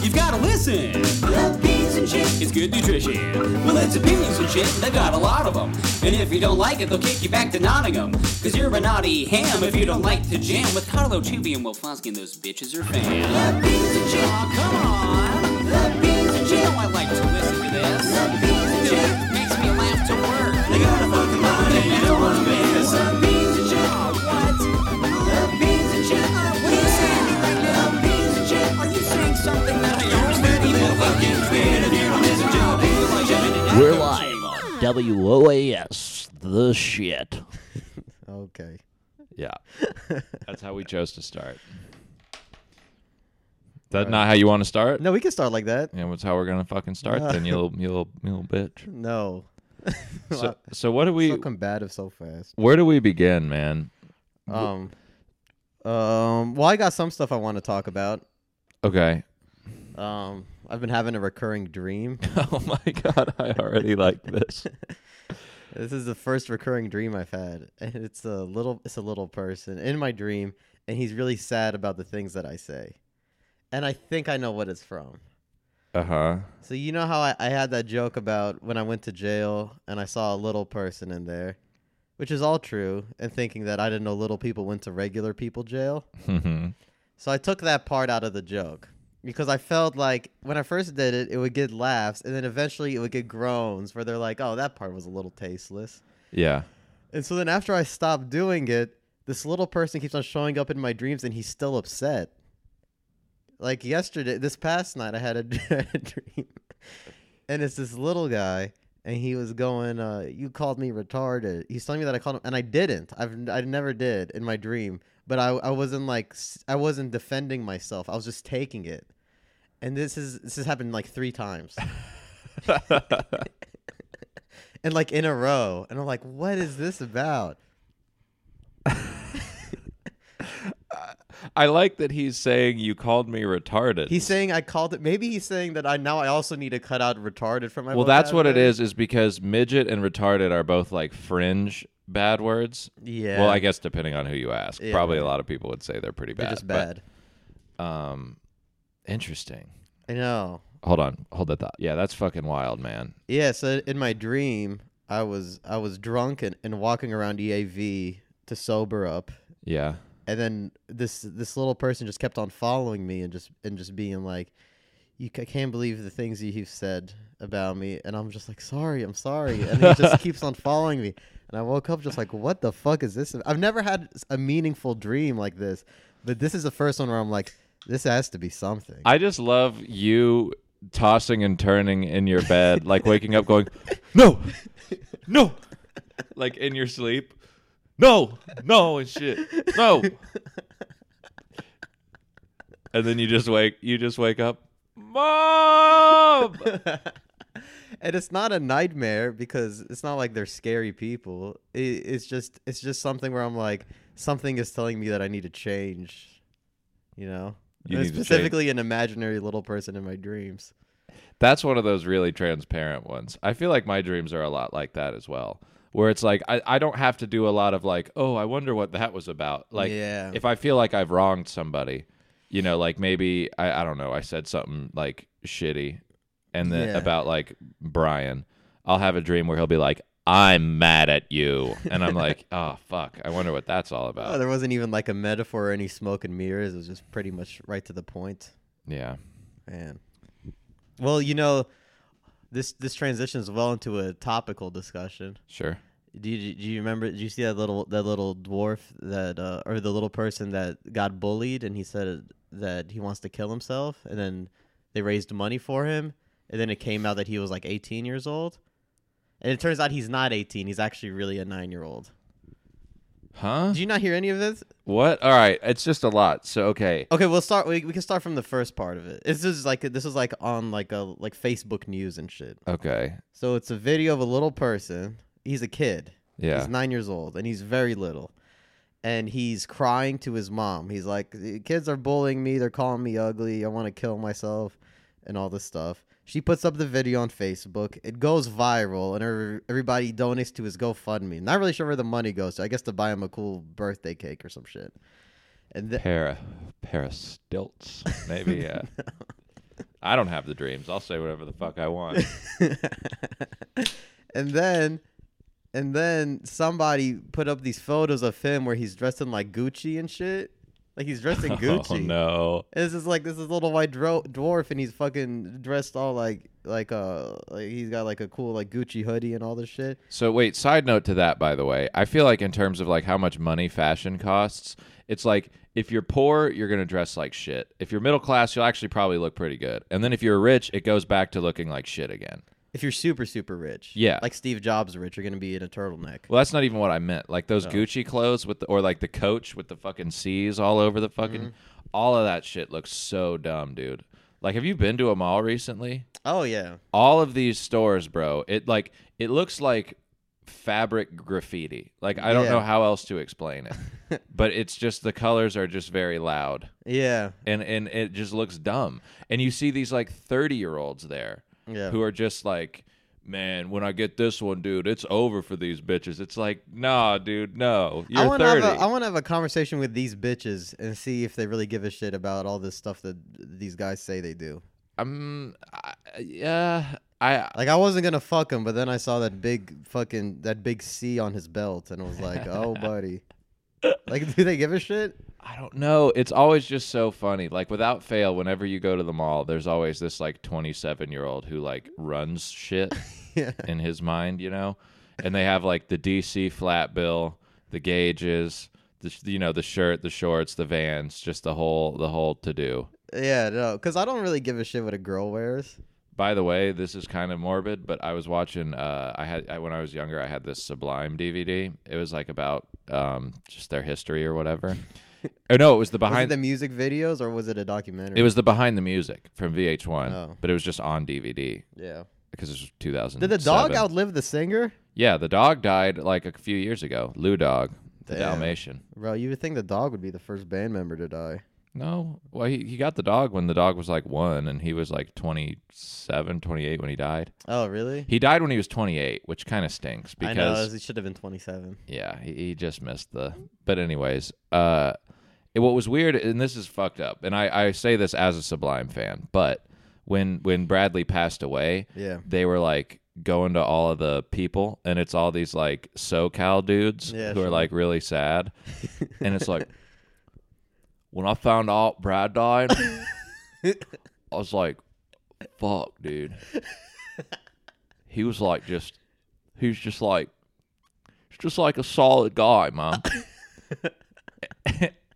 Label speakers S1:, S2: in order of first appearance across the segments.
S1: You've gotta listen.
S2: I love beans and shit.
S1: It's good nutrition. Well, it's opinions and shit, and they've got a lot of them. And if you don't like it, they'll kick you back to Nottingham. Cause you're a naughty ham if you don't like to jam with Carlo Chubi and Will Flosky, and those bitches are fans.
S2: Love beans and shit.
S1: Aw, come on.
S2: Love beans and
S1: You
S2: shit.
S1: know I like to listen to this.
S2: Love beans and shit.
S1: It makes me laugh to work.
S2: They got a fucking mind and you don't wanna miss. Love beans and shit. Love beans and shit. Love beans and shit.
S1: Are you saying something that I don't
S3: We're live on WOAS, the shit.
S4: Okay.
S5: Yeah. That's how we chose to start. Is that not how you want to start?
S4: No, we can start like that.
S5: Yeah, that's how we're gonna fucking start then, you little you little you little bitch.
S4: No.
S5: So, so what do we
S4: so combative so fast.
S5: where do we begin, man?
S4: Um um well I got some stuff I want to talk about.
S5: Okay.
S4: Um I've been having a recurring dream.
S5: Oh my god, I already like this.
S4: this is the first recurring dream I've had. And it's a little it's a little person in my dream and he's really sad about the things that I say. And I think I know what it's from.
S5: Uh huh.
S4: So you know how I, I had that joke about when I went to jail and I saw a little person in there, which is all true, and thinking that I didn't know little people went to regular people jail. so I took that part out of the joke because I felt like when I first did it, it would get laughs, and then eventually it would get groans where they're like, "Oh, that part was a little tasteless."
S5: Yeah.
S4: And so then after I stopped doing it, this little person keeps on showing up in my dreams and he's still upset. Like yesterday, this past night, I had a, a dream. And it's this little guy and he was going, uh, You called me retarded. He's telling me that I called him, and I didn't. I've, I never did in my dream. But I, I wasn't like, s- I wasn't defending myself. I was just taking it. And this is this has happened like three times, and like in a row. And I'm like, what is this about?
S5: I like that he's saying you called me retarded.
S4: He's saying I called it. Maybe he's saying that I now I also need to cut out retarded from my.
S5: Well, that's what it
S4: vocabulary.
S5: is, is because midget and retarded are both like fringe bad words.
S4: Yeah.
S5: Well, I guess depending on who you ask,
S4: Yeah.
S5: probably a lot of people would say they're pretty bad.
S4: They're just
S5: but,
S4: bad.
S5: um, interesting.
S4: I know.
S5: Hold on, hold that thought. Yeah, that's fucking wild, man.
S4: Yeah. So in my dream, I was I was drunk and, and walking around EAV to sober up,
S5: Yeah.
S4: and then this this little person just kept on following me and just and just being like, "You I can't believe the things you, you've said about me," and I'm just like, "Sorry, I'm sorry," and he just keeps on following me. And I woke up just like, "What the fuck is this?" I've never had s- a meaningful dream like this, but this is the first one where I'm like, "This has to be something."
S5: I just love you tossing and turning in your bed, like waking up going, "No. No." Like in your sleep. "No. No." and shit. "No." And then you just wake you just wake up, "Mom!"
S4: and it's not a nightmare because it's not like they're scary people. It, it's just it's just something where I'm like, something is telling me that I need to change. You know,
S5: You
S4: And
S5: need to change.
S4: specifically an imaginary little person in my dreams.
S5: That's one of those really transparent ones. I feel like my dreams are a lot like that as well. Where it's like I, I don't have to do a lot of like, oh, I wonder what that was about. Like
S4: Yeah.
S5: if I feel like I've wronged somebody, you know, like maybe I, I don't know, I said something like shitty and then
S4: Yeah.
S5: about like Brian. I'll have a dream where he'll be like, I'm mad at you and I'm like, Oh fuck, I wonder what that's all
S4: Oh,
S5: about.
S4: there wasn't even like a metaphor or any smoke and mirrors. It was just pretty much right to the point.
S5: Yeah.
S4: Man. Well, you know, this this transitions well into a topical discussion.
S5: Sure.
S4: Do you, do you remember? Did you see that little that little dwarf that uh, or the little person that got bullied and he said that he wants to kill himself and then they raised money for him and then it came out that he was like 18 years old and it turns out he's not 18. He's actually really a nine year old.
S5: Huh?
S4: Did you not hear any of this?
S5: What? All right. It's just a lot. So okay.
S4: Okay, we'll start. We, we can start from the first part of it. This is like this is like on like a like Facebook news and shit.
S5: Okay.
S4: So it's a video of a little person. He's a kid.
S5: Yeah.
S4: He's nine years old and he's very little. And he's crying to his mom. He's like, "The kids are bullying me. They're calling me ugly. I want to kill myself and all this stuff. She puts up the video on Facebook. It goes viral and her, everybody donates to his GoFundMe. Not really sure where the money goes to. I guess to buy him a cool birthday cake or some shit. And th-
S5: Para, para stilts, maybe. Uh, I don't have the dreams. I'll say whatever the fuck I want.
S4: and then and then somebody put up these photos of him where he's dressed in like Gucci and shit. Like he's dressed in Gucci.
S5: Oh no.
S4: And this is like this is little white dro- dwarf and he's fucking dressed all like like uh like he's got like a cool like Gucci hoodie and all this shit.
S5: So wait, side note to that by the way. I feel like in terms of like how much money fashion costs, it's like if you're poor, you're going to dress like shit. If you're middle class, you'll actually probably look pretty good. And then if you're rich, it goes back to looking like shit again.
S4: If you're super super rich,
S5: Yeah.
S4: like Steve Jobs rich, you're gonna be in a turtleneck.
S5: Well, that's not even what I meant. Like those Gucci clothes with the, or like the coach with the fucking C's all over the fucking all of that shit looks so dumb, dude. Like have you been to a mall recently?
S4: Oh yeah,
S5: all of these stores, bro. It like it looks like fabric graffiti. Like I don't
S4: Yeah.
S5: know how else to explain it. but it's just the colors are just very loud
S4: yeah,
S5: and and it just looks dumb. And you see these like 30-year-olds there
S4: Yeah.
S5: who are just like Man, when I get this one, dude, it's over for these bitches. It's like, nah, dude, no. You're
S4: I want to have
S5: 30.
S4: a, I want to have a conversation with these bitches and see if they really give a shit about all this stuff that these guys say they do.
S5: um, I, yeah, I,
S4: Like I wasn't gonna fuck him, but then I saw that big fucking that big C on his belt, and I was like, oh buddy, like do they give a shit?
S5: I don't know. It's always just so funny. Like without fail, whenever you go to the mall, there's always this like 27 year old who like runs shit
S4: Yeah.
S5: in his mind, you know. And they have like the DC flat bill, the gauges, the sh- you know the shirt, the shorts, the Vans, just the whole the whole to do.
S4: Yeah, no, because I don't really give a shit what a girl wears.
S5: By the way, this is kind of morbid, but I was watching. Uh, I had I, when I was younger, I had this Sublime DVD. It was like about um, just their history or whatever. oh no, it was the
S4: Was it
S5: behind
S4: the music videos or was it a documentary?
S5: It was the behind the music from VH1,
S4: Oh.
S5: but it was just on DVD
S4: Yeah.
S5: because it was 2000.
S4: Did the dog outlive the singer?
S5: Yeah, the dog died like a few years ago. Lou Dog, the
S4: Damn.
S5: Dalmatian.
S4: Bro, you would think the dog would be the first band member to die.
S5: No, well, he, he got the dog when the dog was like one, and he was like 27, 28 when he died.
S4: Oh, really?
S5: He died when he was 28, which kind of stinks because
S4: I know. It should have been 27.
S5: Yeah, he, he just missed the. But anyways, uh, it, what was weird, and this is fucked up, and I, I say this as a Sublime fan, but when when Bradley passed away,
S4: Yeah.
S5: they were like going to all of the people, and it's all these like SoCal dudes
S4: Yeah,
S5: who are
S4: sure.
S5: like really sad, and it's like when I found out Brad died, I was like, "Fuck, dude." He was like just, he was just like He's just like a solid guy, man.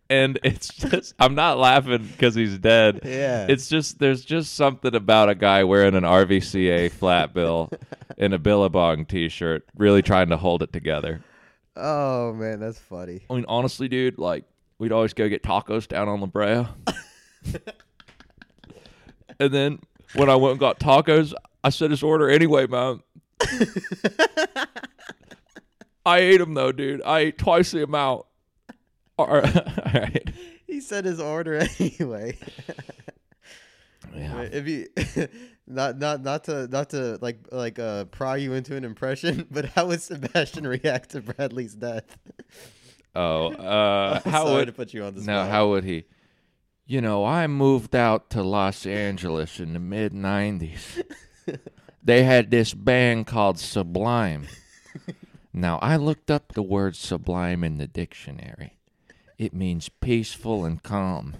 S5: and it's just I'm not laughing because he's dead.
S4: Yeah.
S5: It's just there's just something about a guy wearing an RVCA flat bill and a Billabong t-shirt really trying to hold it together.
S4: Oh, man, that's funny.
S5: I mean, honestly, dude, like we'd always go get tacos down on La Brea, and then when I went and got tacos, I said his order anyway, man. I ate them though, dude. I ate twice the amount. All right. All right.
S4: He said his order anyway.
S5: Yeah.
S4: if you not not not to not to like like uh pry you into an impression, but how would Sebastian react to Bradley's death?
S5: Oh, uh, how
S4: Sorry
S5: would
S4: to put you on the
S5: No,
S4: spot.
S5: how would he? You know, I moved out to Los Angeles in the mid 90s. they had this band called Sublime. Now, I looked up the word sublime in the dictionary. It means peaceful and calm.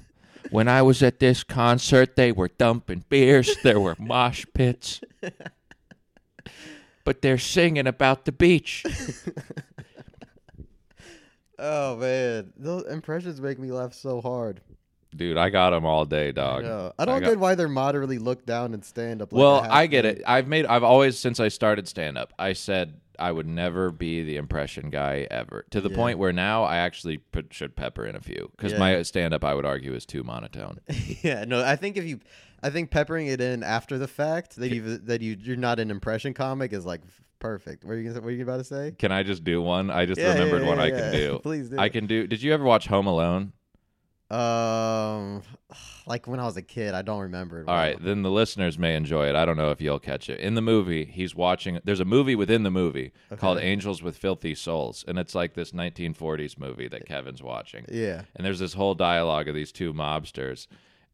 S5: When I was at this concert, they were dumping beers, there were mosh pits. But they're singing about the beach.
S4: Oh man, those impressions make me laugh so hard.
S5: Dude, I got them all day, dog.
S4: No, I don't
S5: got-
S4: get why they're moderately looked down in stand up. Like
S5: well,
S4: half
S5: I get
S4: the-
S5: it. I've made. I've always since I started stand up, I said I would never be the impression guy ever. To the
S4: Yeah.
S5: point where now I actually put, should pepper in a few because
S4: Yeah.
S5: my stand up, I would argue, is too monotone.
S4: yeah, no, I think if you, I think peppering it in after the fact that you that you you're not an impression comic is like perfect. What are you gonna, what are you about to say?
S5: Can I just do one? I just
S4: Yeah, yeah,
S5: remembered
S4: yeah,
S5: one I
S4: yeah.
S5: can do.
S4: Please do.
S5: I can do. Did you ever watch Home Alone?
S4: Um, like when I was a kid, I don't remember. it
S5: All
S4: well.
S5: right, then the listeners may enjoy it. I don't know if you'll catch it. In the movie, he's watching. There's a movie within the movie called Angels with Filthy Souls, and it's like this 1940s movie that Kevin's watching.
S4: Yeah.
S5: And there's this whole dialogue of these two mobsters.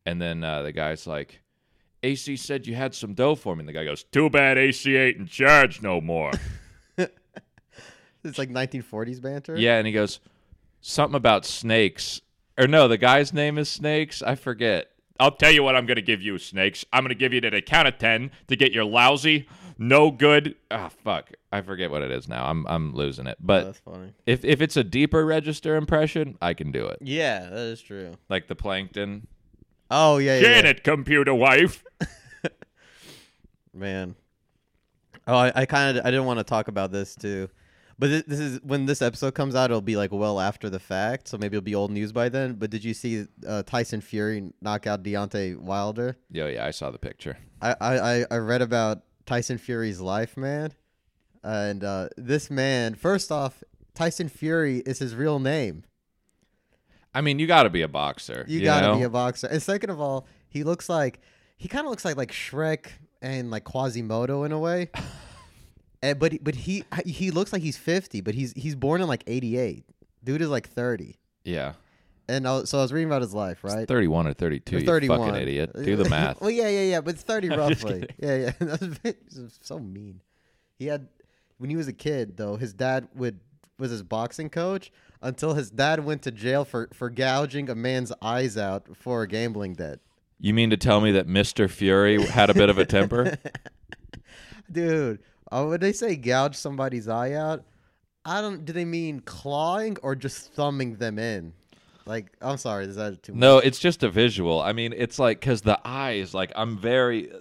S5: And then uh, the guy's like, AC said you had some dough for me. And the guy goes, Too bad AC ain't in charge no more.
S4: It's like 1940s banter.
S5: yeah, and he goes, Something about snakes. Or no, the guy's name is Snakes. I forget. I'll tell you what I'm going to give you, Snakes. I'm going to give you to the count of 10 to get your lousy, no good. Ah, fuck. I forget what it is now. I'm, I'm losing it. But
S4: Oh, that's funny.
S5: if, if it's a deeper register impression, I can do it.
S4: Yeah, that is true.
S5: Like the plankton.
S4: Oh yeah, yeah, yeah.
S5: Janet, computer wife.
S4: man. Oh, I, I kind of I didn't want to talk about this too, but this, this is when this episode comes out. It'll be like well after the fact, so maybe it'll be old news by then. But did you see uh, Tyson Fury knock out Deontay Wilder?
S5: Yo, yeah, I saw the picture.
S4: I, I, I- I read about Tyson Fury's life, man. And uh, this man, first off, Tyson Fury is his real name.
S5: I mean, you got to be a boxer.
S4: You, gotta
S5: know?
S4: be a boxer. And second of all, he looks like he kind of looks like like Shrek and like Quasimodo in a way. and, but but he he looks like he's fifty, but he's he's born in like eighty eight. Dude is like thirty.
S5: yeah.
S4: And I, was- so I was reading about his life, right?
S5: 31 or 32,
S4: Or
S5: you
S4: 31.
S5: fucking idiot. Do the math.
S4: well, yeah, yeah, yeah, but it's 30
S5: just
S4: roughly. Yeah, yeah. He's so mean. He had when he was a kid though, his dad would was his boxing coach until his dad went to jail for for gouging a man's eyes out for a gambling debt.
S5: You mean to tell me that Mr. Fury had a bit of a temper?
S4: Dude, uh, when they say gouge somebody's eye out, I don't do they mean clawing or just thumbing them in? Like, I'm sorry, is that too much?
S5: no, it's just a visual. I mean, it's like cuz the eyes like I'm very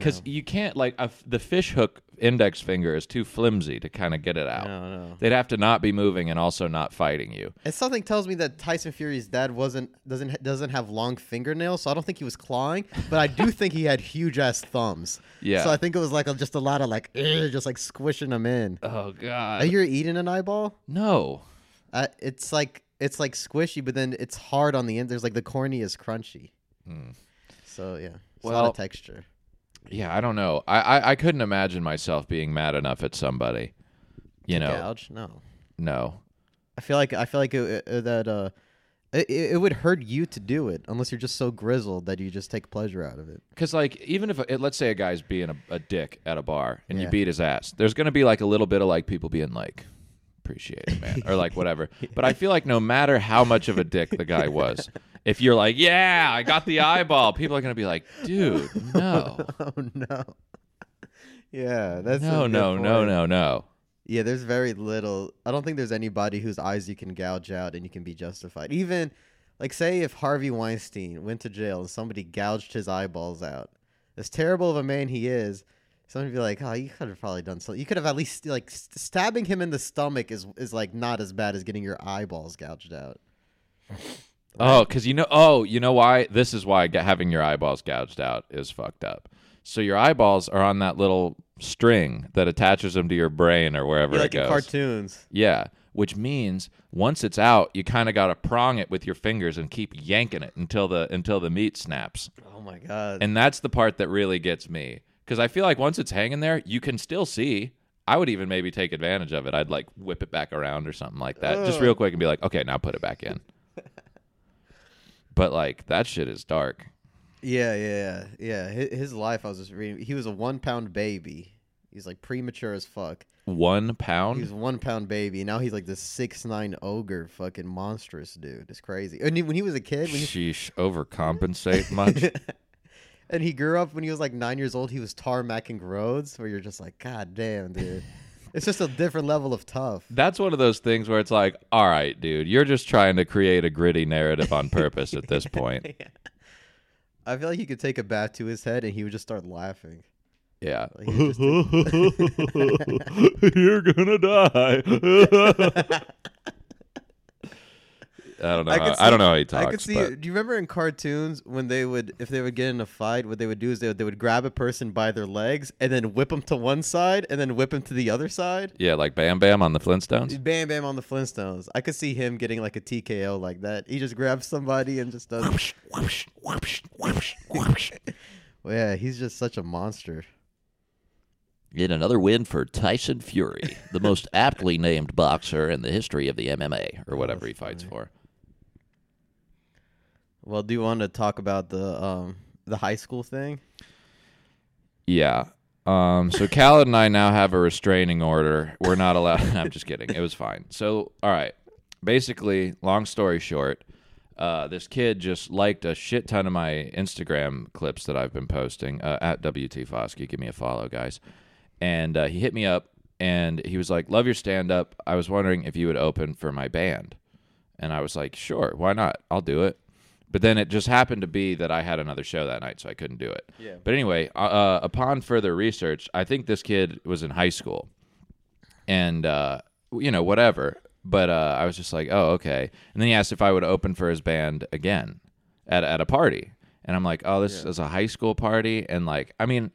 S5: cuz you can't like a f the fish hook index finger is too flimsy to kind of get it out.
S4: No, no.
S5: They'd have to not be moving and also not fighting you.
S4: And something tells me that Tyson Fury's dad wasn't doesn't doesn't have long fingernails, so I don't think he was clawing, but I do think he had huge ass thumbs.
S5: Yeah.
S4: So I think it was like a, just a lot of like "Ugh," just like squishing them in.
S5: Oh
S4: Are
S5: god.
S4: you eating an eyeball?
S5: no.
S4: Uh, it's like it's like squishy, but then it's hard on the end. There's like the cornea is crunchy. So yeah, it's a lot
S5: Hmm. Well-
S4: of texture.
S5: Yeah, I don't know. I, I I couldn't imagine myself being mad enough at somebody. You know.
S4: Gouge? No.
S5: No.
S4: I feel like I feel like it, it- that uh, it, it would hurt you to do it unless you're just so grizzled that you just take pleasure out of it.
S5: Because like even if it, let's say a guy's being a, a dick at a bar and you
S4: Yeah.
S5: beat his ass, there's gonna be like a little bit of like people being like, appreciate it, man, or like whatever. But I feel like no matter how much of a dick the guy was, if you're like, yeah, I got the eyeball, people are gonna be like, dude, no,
S4: Oh no. Yeah, that's a
S5: no,
S4: good
S5: no, no,
S4: point.
S5: no, no.
S4: Yeah, there's very little. I don't think there's anybody whose eyes you can gouge out and you can be justified. Even like say if Harvey Weinstein went to jail and somebody gouged his eyeballs out, as terrible of a man he is, someone would be like, "Oh, you could have probably done something. You could have at least like st- stabbing him in the stomach is is like not as bad as getting your eyeballs gouged out."
S5: Oh, because you know, oh, you know why? This is why ga- having your eyeballs gouged out is fucked up. So your eyeballs are on that little string that attaches them to your brain or wherever
S4: Yeah, like
S5: it goes.
S4: in cartoons.
S5: Yeah, which means once it's out, you kind of got to prong it with your fingers and keep yanking it until the until the meat snaps.
S4: Oh my god.
S5: And that's the part that really gets me cuz I feel like once it's hanging there, you can still see. I would even maybe take advantage of it. I'd like whip it back around or something like that. Just real quick and be like, "Okay, now put it back in." but like that shit is dark.
S4: Yeah, yeah, yeah. His, his life, I was just reading. He was a one pound baby. He's like premature as fuck.
S5: 1
S4: He was a
S5: pound?
S4: one pound baby. Now he's like this six nine ogre, fucking monstrous dude. It's crazy. And he, when he was a kid, when he,
S5: Sheesh, overcompensate much.
S4: and he grew up when he was like nine years old, he was tarmacking roads. Where you're just like, God damn, dude. it's just a different level of tough.
S5: That's one of those things where it's like, all right, dude, you're just trying to create a gritty narrative on purpose at this point.
S4: I feel like you could take a bat to his head and he would just start laughing.
S5: Yeah.
S4: Like, he would just-
S5: you're gonna die. I don't know.
S4: I
S5: how,
S4: could
S5: Uh, I don't
S4: see-
S5: know how he talks.
S4: I could see.
S5: but-
S4: Do you remember in cartoons when they would, if they would get in a fight, what they would do is they would, they would grab a person by their legs and then whip them to one side and then whip them to the other side?
S5: yeah, like Bam Bam on the Flintstones.
S4: Bam Bam on the Flintstones. I could see him getting like a TKO like that. He just grabs somebody and just does. Well, yeah, he's just such a monster.
S3: In another win for Tyson Fury, the most aptly named boxer in the history of the MMA.
S5: Or whatever he fights for.
S4: Well, do you want to talk about the um, the high school thing?
S5: Yeah. Um, so Khaled and I now have a restraining order. We're not allowed. I'm just kidding. It was fine. So, all right. Basically, long story short, uh, this kid just liked a shit ton of my Instagram clips that I've been posting uh, at WT Fosky. Give me a follow, guys. And uh, he hit me up and he was like, Love your stand up. I was wondering if you would open for my band. And I was like, Sure, why not? I'll do it. But then it just happened to be that I had another show that night, so I couldn't do it. Yeah. But anyway, uh, uh, upon further research, I think this kid was in high school, and uh, you know whatever. But uh, I was just like, oh okay. And then he asked if I would open for his band again at at a party, and I'm like, oh, this is a high school party, and like, I mean.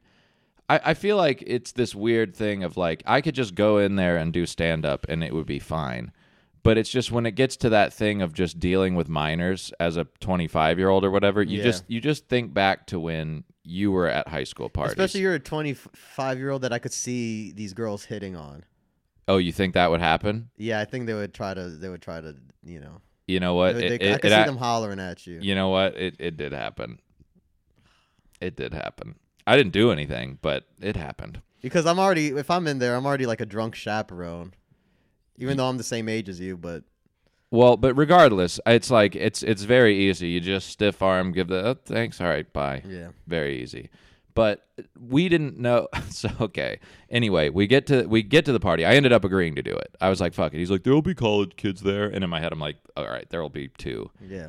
S5: I, I feel like it's this weird thing of like I could just go in there and do stand up and it would be fine. But it's just when it gets to that thing of just dealing with minors as a 25 year old or whatever, you
S4: Yeah.
S5: just you just think back to when you were at high school parties.
S4: Especially you're a 25 year old that I could see these girls hitting on.
S5: oh, you think that would happen?
S4: Yeah, I think they would try to. They would try to. You know,
S5: You know
S4: they,
S5: what?
S4: would-
S5: It-
S4: they- I
S5: it-
S4: could
S5: it
S4: see
S5: ac-
S4: them hollering at you.
S5: You know what? It it did happen. It did happen. I didn't do anything, but it happened.
S4: Because I'm already, if I'm in there, I'm already like a drunk chaperone, even though I'm the same age as you. But
S5: Well, but regardless, it's like it's it's very easy. You just stiff arm, give the oh, thanks, all right, bye.
S4: Yeah.
S5: very easy. But we didn't know. So okay. Anyway, we get to we get to the party. I ended up agreeing to do it. I was like, "Fuck it." He's like, "There'll be college kids there," and in my head, I'm like, "All right, there'll be two.
S4: yeah,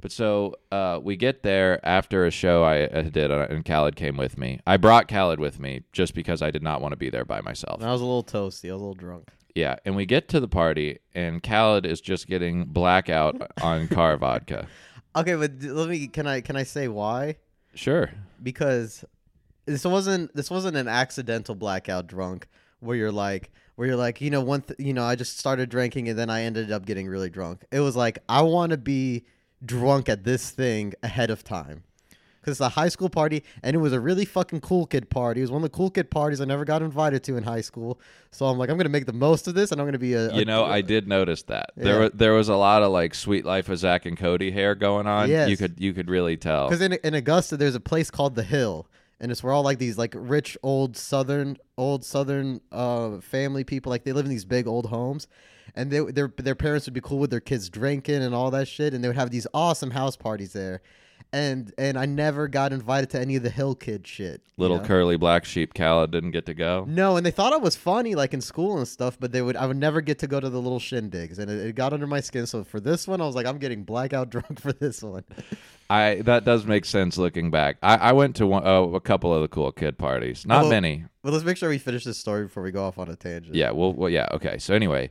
S5: But so uh, we get there after a show I uh, did, uh, and Khaled came with me. I brought Khaled with me just because I did not want to be there by myself.
S4: and I was a little toasty. I was a little drunk.
S5: Yeah, and we get to the party, and Khaled is just getting blackout on car vodka.
S4: Okay, but d- let me. Can I? Can I say why?
S5: Sure.
S4: Because this wasn't. This wasn't an accidental blackout drunk where you're like, where you're like, you know, one. Th- you know, I just started drinking and then I ended up getting really drunk. It was like I want to be drunk at this thing ahead of time. Cause it's a high school party, and it was a really fucking cool kid party. It was one of the cool kid parties I never got invited to in high school. So I'm like, I'm gonna make the most of this, and I'm gonna be a, a
S5: You know, I did notice that there
S4: Yeah.
S5: was there was a lot of like "Sweet Life of Zach and Cody" hair going on.
S4: Yes.
S5: You could you could really tell.
S4: Because in, in Augusta, there's a place called the Hill, and it's where all like these like rich old southern old southern uh, family people like they live in these big old homes, and they their their parents would be cool with their kids drinking and all that shit, and they would have these awesome house parties there, and and I never got invited to any of the Hill kid shit. you
S5: Little
S4: know?
S5: curly black sheep Khaled didn't get to go.
S4: No, and they thought I was funny, like in school and stuff, but they would I would never get to go to the little shindigs, and it, it got under my skin. So for this one, I was like, I'm getting blackout drunk for this one.
S5: I that does make sense looking back. I, I went to one, oh, a couple of the cool kid parties. Not
S4: Well-
S5: many.
S4: But let's make sure we finish this story before we go off on a tangent.
S5: Yeah. Well. Well. Yeah. Okay. So anyway,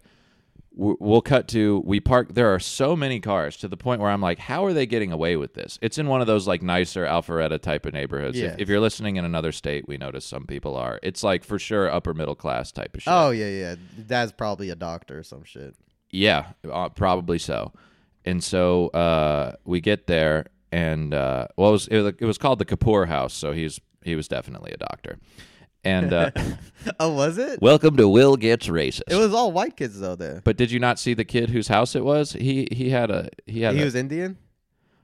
S5: w- we'll cut to we park. There are so many cars to the point where I'm like, how are they getting away with this? It's in one of those like nicer Alpharetta type of neighborhoods. If-
S4: Yeah.
S5: If, you're listening in another state, we notice some people are. It's like for sure upper middle class type of shit.
S4: Oh yeah, yeah. Dad's probably a doctor or some shit.
S5: Yeah, uh, probably so. And so uh, we get there, and uh, well, it was, it was it was called the Kapoor House, so he's he was definitely a doctor. And uh,
S4: Oh, was it?
S3: Welcome to Will Gets Racist.
S4: It was all white kids though. There,
S5: but did you not see the kid whose house it was? He he had a he had.
S4: he
S5: a-
S4: was Indian.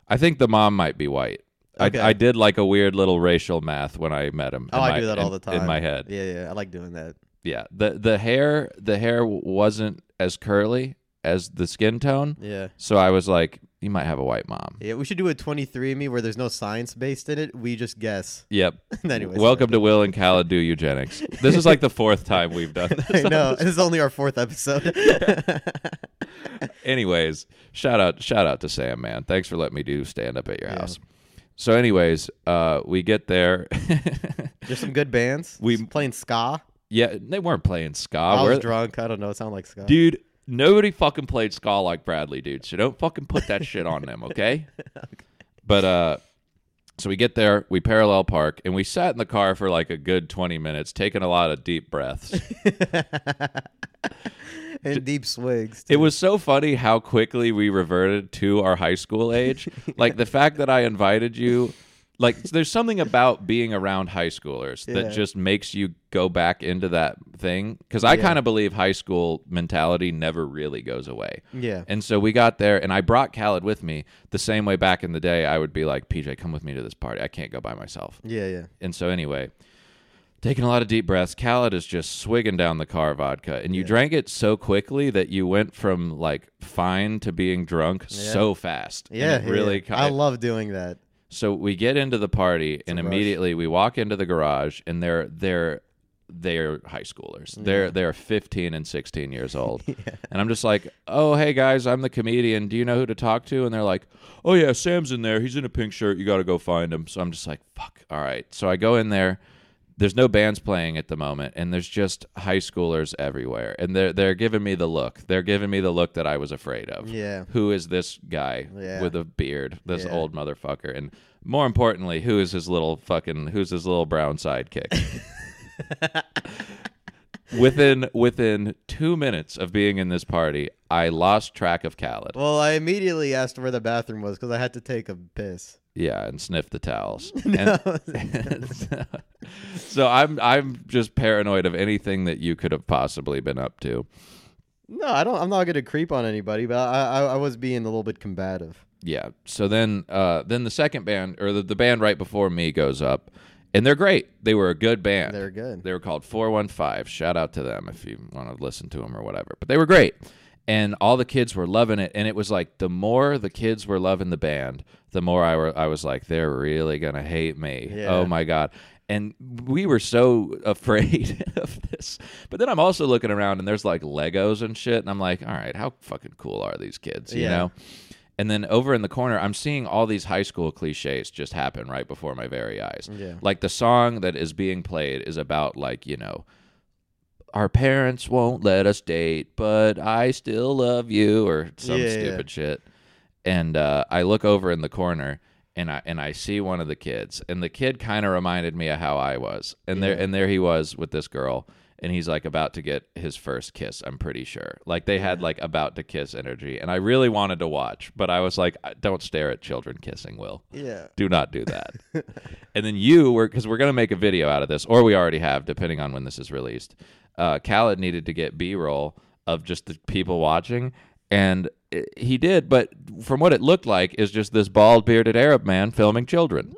S5: I think the mom might be white.
S4: Okay.
S5: I, I did like a weird little racial math when I met him.
S4: Oh,
S5: in
S4: I
S5: my-
S4: do that all
S5: in-
S4: the time
S5: in my head.
S4: Yeah, yeah. I like doing that.
S5: yeah. the The hair the hair wasn't as curly as the skin tone,
S4: Yeah.
S5: so I was like, you might have a white mom.
S4: Yeah, we should do a 23andMe where there's no science based in it. We just guess.
S5: Yep.
S4: Anyways,
S5: welcome to Will and Khaled do eugenics. This is like the fourth time we've done
S4: I
S5: this.
S4: know. This is only our fourth episode.
S5: anyways, shout out shout out to Sam, man. Thanks for letting me do stand up at your house. So, anyways, uh, we get there.
S4: there's some good bands.
S5: We-
S4: Just playing ska.
S5: yeah, they weren't playing ska.
S4: I was
S5: were-
S4: drunk. I don't know. It sounded like ska.
S5: dude. Nobody fucking played ska like Bradley, dude. So don't fucking put that shit on them, okay? But uh, so we get there, we parallel park, and we sat in the car for like a good twenty minutes, taking a lot of deep breaths.
S4: and deep swigs.
S5: It
S4: too.
S5: was so funny how quickly we reverted to our high school age. like the fact that I invited you Like there's something about being around high schoolers
S4: Yeah.
S5: that just makes you go back into that thing cuz I kind of believe high school mentality never really goes away.
S4: Yeah.
S5: And so we got there and I brought Khaled with me the same way back in the day I would be like PJ come with me to this party. I can't go by myself.
S4: Yeah, yeah.
S5: And so anyway, taking a lot of deep breaths, Khaled is just swigging down the car vodka, and you drank it so quickly that you went from like fine to being drunk so fast. And
S4: Yeah,
S5: it really.
S4: yeah.
S5: ki-
S4: I love doing that.
S5: so we get into the party, and
S4: rush.
S5: immediately we walk into the garage, and they're they're they're high schoolers. They're they're 15 and 16 years old. And I'm just like, "Oh, hey guys, I'm the comedian. Do you know who to talk to?" And they're like, "Oh yeah, Sam's in there. He's in a pink shirt. You got to go find him." So I'm just like, "Fuck. All right." So I go in there. There's no bands playing at the moment, and there's just high schoolers everywhere, and they're they're giving me the look. They're giving me the look that I was afraid of.
S4: Yeah.
S5: Who is this guy
S4: Yeah.
S5: with a beard? This
S4: Yeah.
S5: old old motherfucker, and more importantly, who is his little fucking who's his little brown sidekick? within within two minutes of being in this party, I lost track of Khaled.
S4: Well, I immediately asked where the bathroom was because I had to take a piss.
S5: Yeah, and sniffed the towels. And- so I'm I'm just paranoid of anything that you could have possibly been up to.
S4: No, I don't. I'm not gonna creep on anybody, but I, I, I was being a little bit combative.
S5: yeah so then uh then the second band or the, the band right before me goes up and they're great they were a good band
S4: They're good.
S5: they were called 415 shout out to them if you want to listen to them or whatever but they were great and all the kids were loving it and it was like the more the kids were loving the band the more i, were, I was like they're really gonna hate me
S4: Yeah.
S5: oh my god and we were so afraid of this but then i'm also looking around and there's like legos and shit and i'm like all right how fucking cool are these kids you
S4: Yeah.
S5: know and then over in the corner, I'm seeing all these high school cliches just happen right before my very eyes.
S4: Yeah.
S5: Like the song that is being played is about, like, you know, our parents won't let us date, but I still love you, or some
S4: Yeah, yeah, yeah.
S5: stupid shit. And uh, I look over in the corner. And I and I see one of the kids, and the kid kind of reminded me of how I was, and there and there he was with this girl, and he's like about to get his first kiss. I'm pretty sure, like they had like about to kiss energy, and I really wanted to watch, but I was like, "I- don't stare at children kissing, Will.
S4: Yeah.
S5: Do not do that. and then you were because we're gonna make a video out of this, or we already have, depending on when this is released. Uh, Khaled needed to get B-roll of just the people watching, and i he did. But from what it looked like, is just this bald bearded Arab man filming children.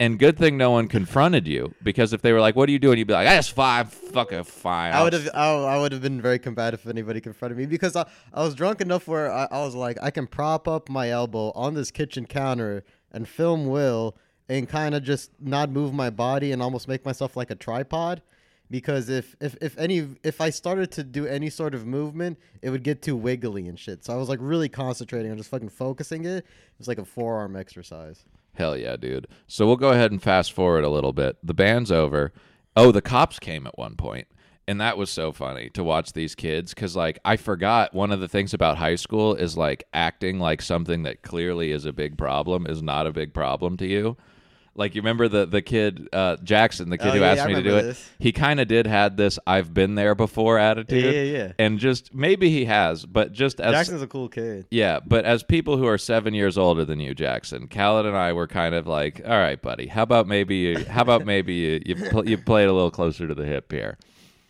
S5: and good thing no one confronted you because if they were like, "What are you doing?" You'd be like, "That's fine, fucking fine."
S4: I
S5: I'll
S4: would have I, I would have been very combative if anybody confronted me because I, I was drunk enough where I, I was like I can prop up my elbow on this kitchen counter and film Will and kind of just not move my body and almost make myself like a tripod because if, if if any if I started to do any sort of movement it would get too wiggly and shit so I was like really concentrating on just fucking focusing it it was like a forearm exercise
S5: Hell yeah, dude. So we'll go ahead and fast forward a little bit. The band's over. Oh, the cops came at one point, And that was so funny to watch these kids because, like, I forgot one of the things about high school is like acting like something that clearly is a big problem is not a big problem to you. Like, you remember the, the kid, uh, Jackson, the kid
S4: Oh,
S5: who
S4: yeah,
S5: asked
S4: I
S5: me to do
S4: remember
S5: it?
S4: this.
S5: He kind of did had this I've been there before attitude.
S4: yeah, yeah.
S5: And just maybe he has, but just as
S4: Jackson's a cool kid
S5: yeah, but as people who are seven years older than you, Jackson, Khaled and I were kind of like, "All right, buddy, how about maybe you, how about maybe you you, pl- you play it a little closer to the hip here."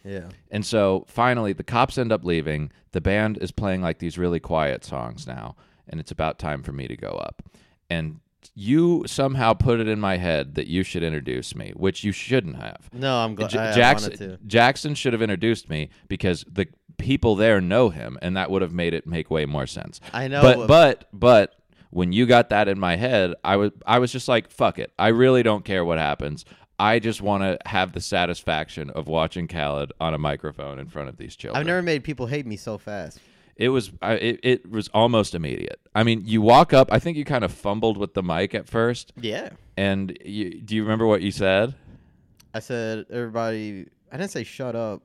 S4: yeah
S5: And so finally, the cops end up leaving. The band is playing like these really quiet songs now, and it's about time for me to go up. And you somehow put it in my head that you should introduce me, which you shouldn't have.
S4: no I'm glad
S5: J-
S4: I- I wanted to.
S5: Jackson, Jackson should have introduced me because the people there know him, and that would have made it make way more sense.
S4: I know,
S5: but
S4: but-
S5: but but when you got that in my head, I was I was just like, fuck it, I really don't care what happens. I just want to have the satisfaction of watching Khaled on a microphone in front of these children.
S4: I've never made people hate me so fast
S5: It was I, it, it was almost immediate. I mean, you walk up. I think you kind of fumbled with the mic at first.
S4: yeah
S5: And you, do you remember what you said?
S4: I said, everybody, I didn't say shut up.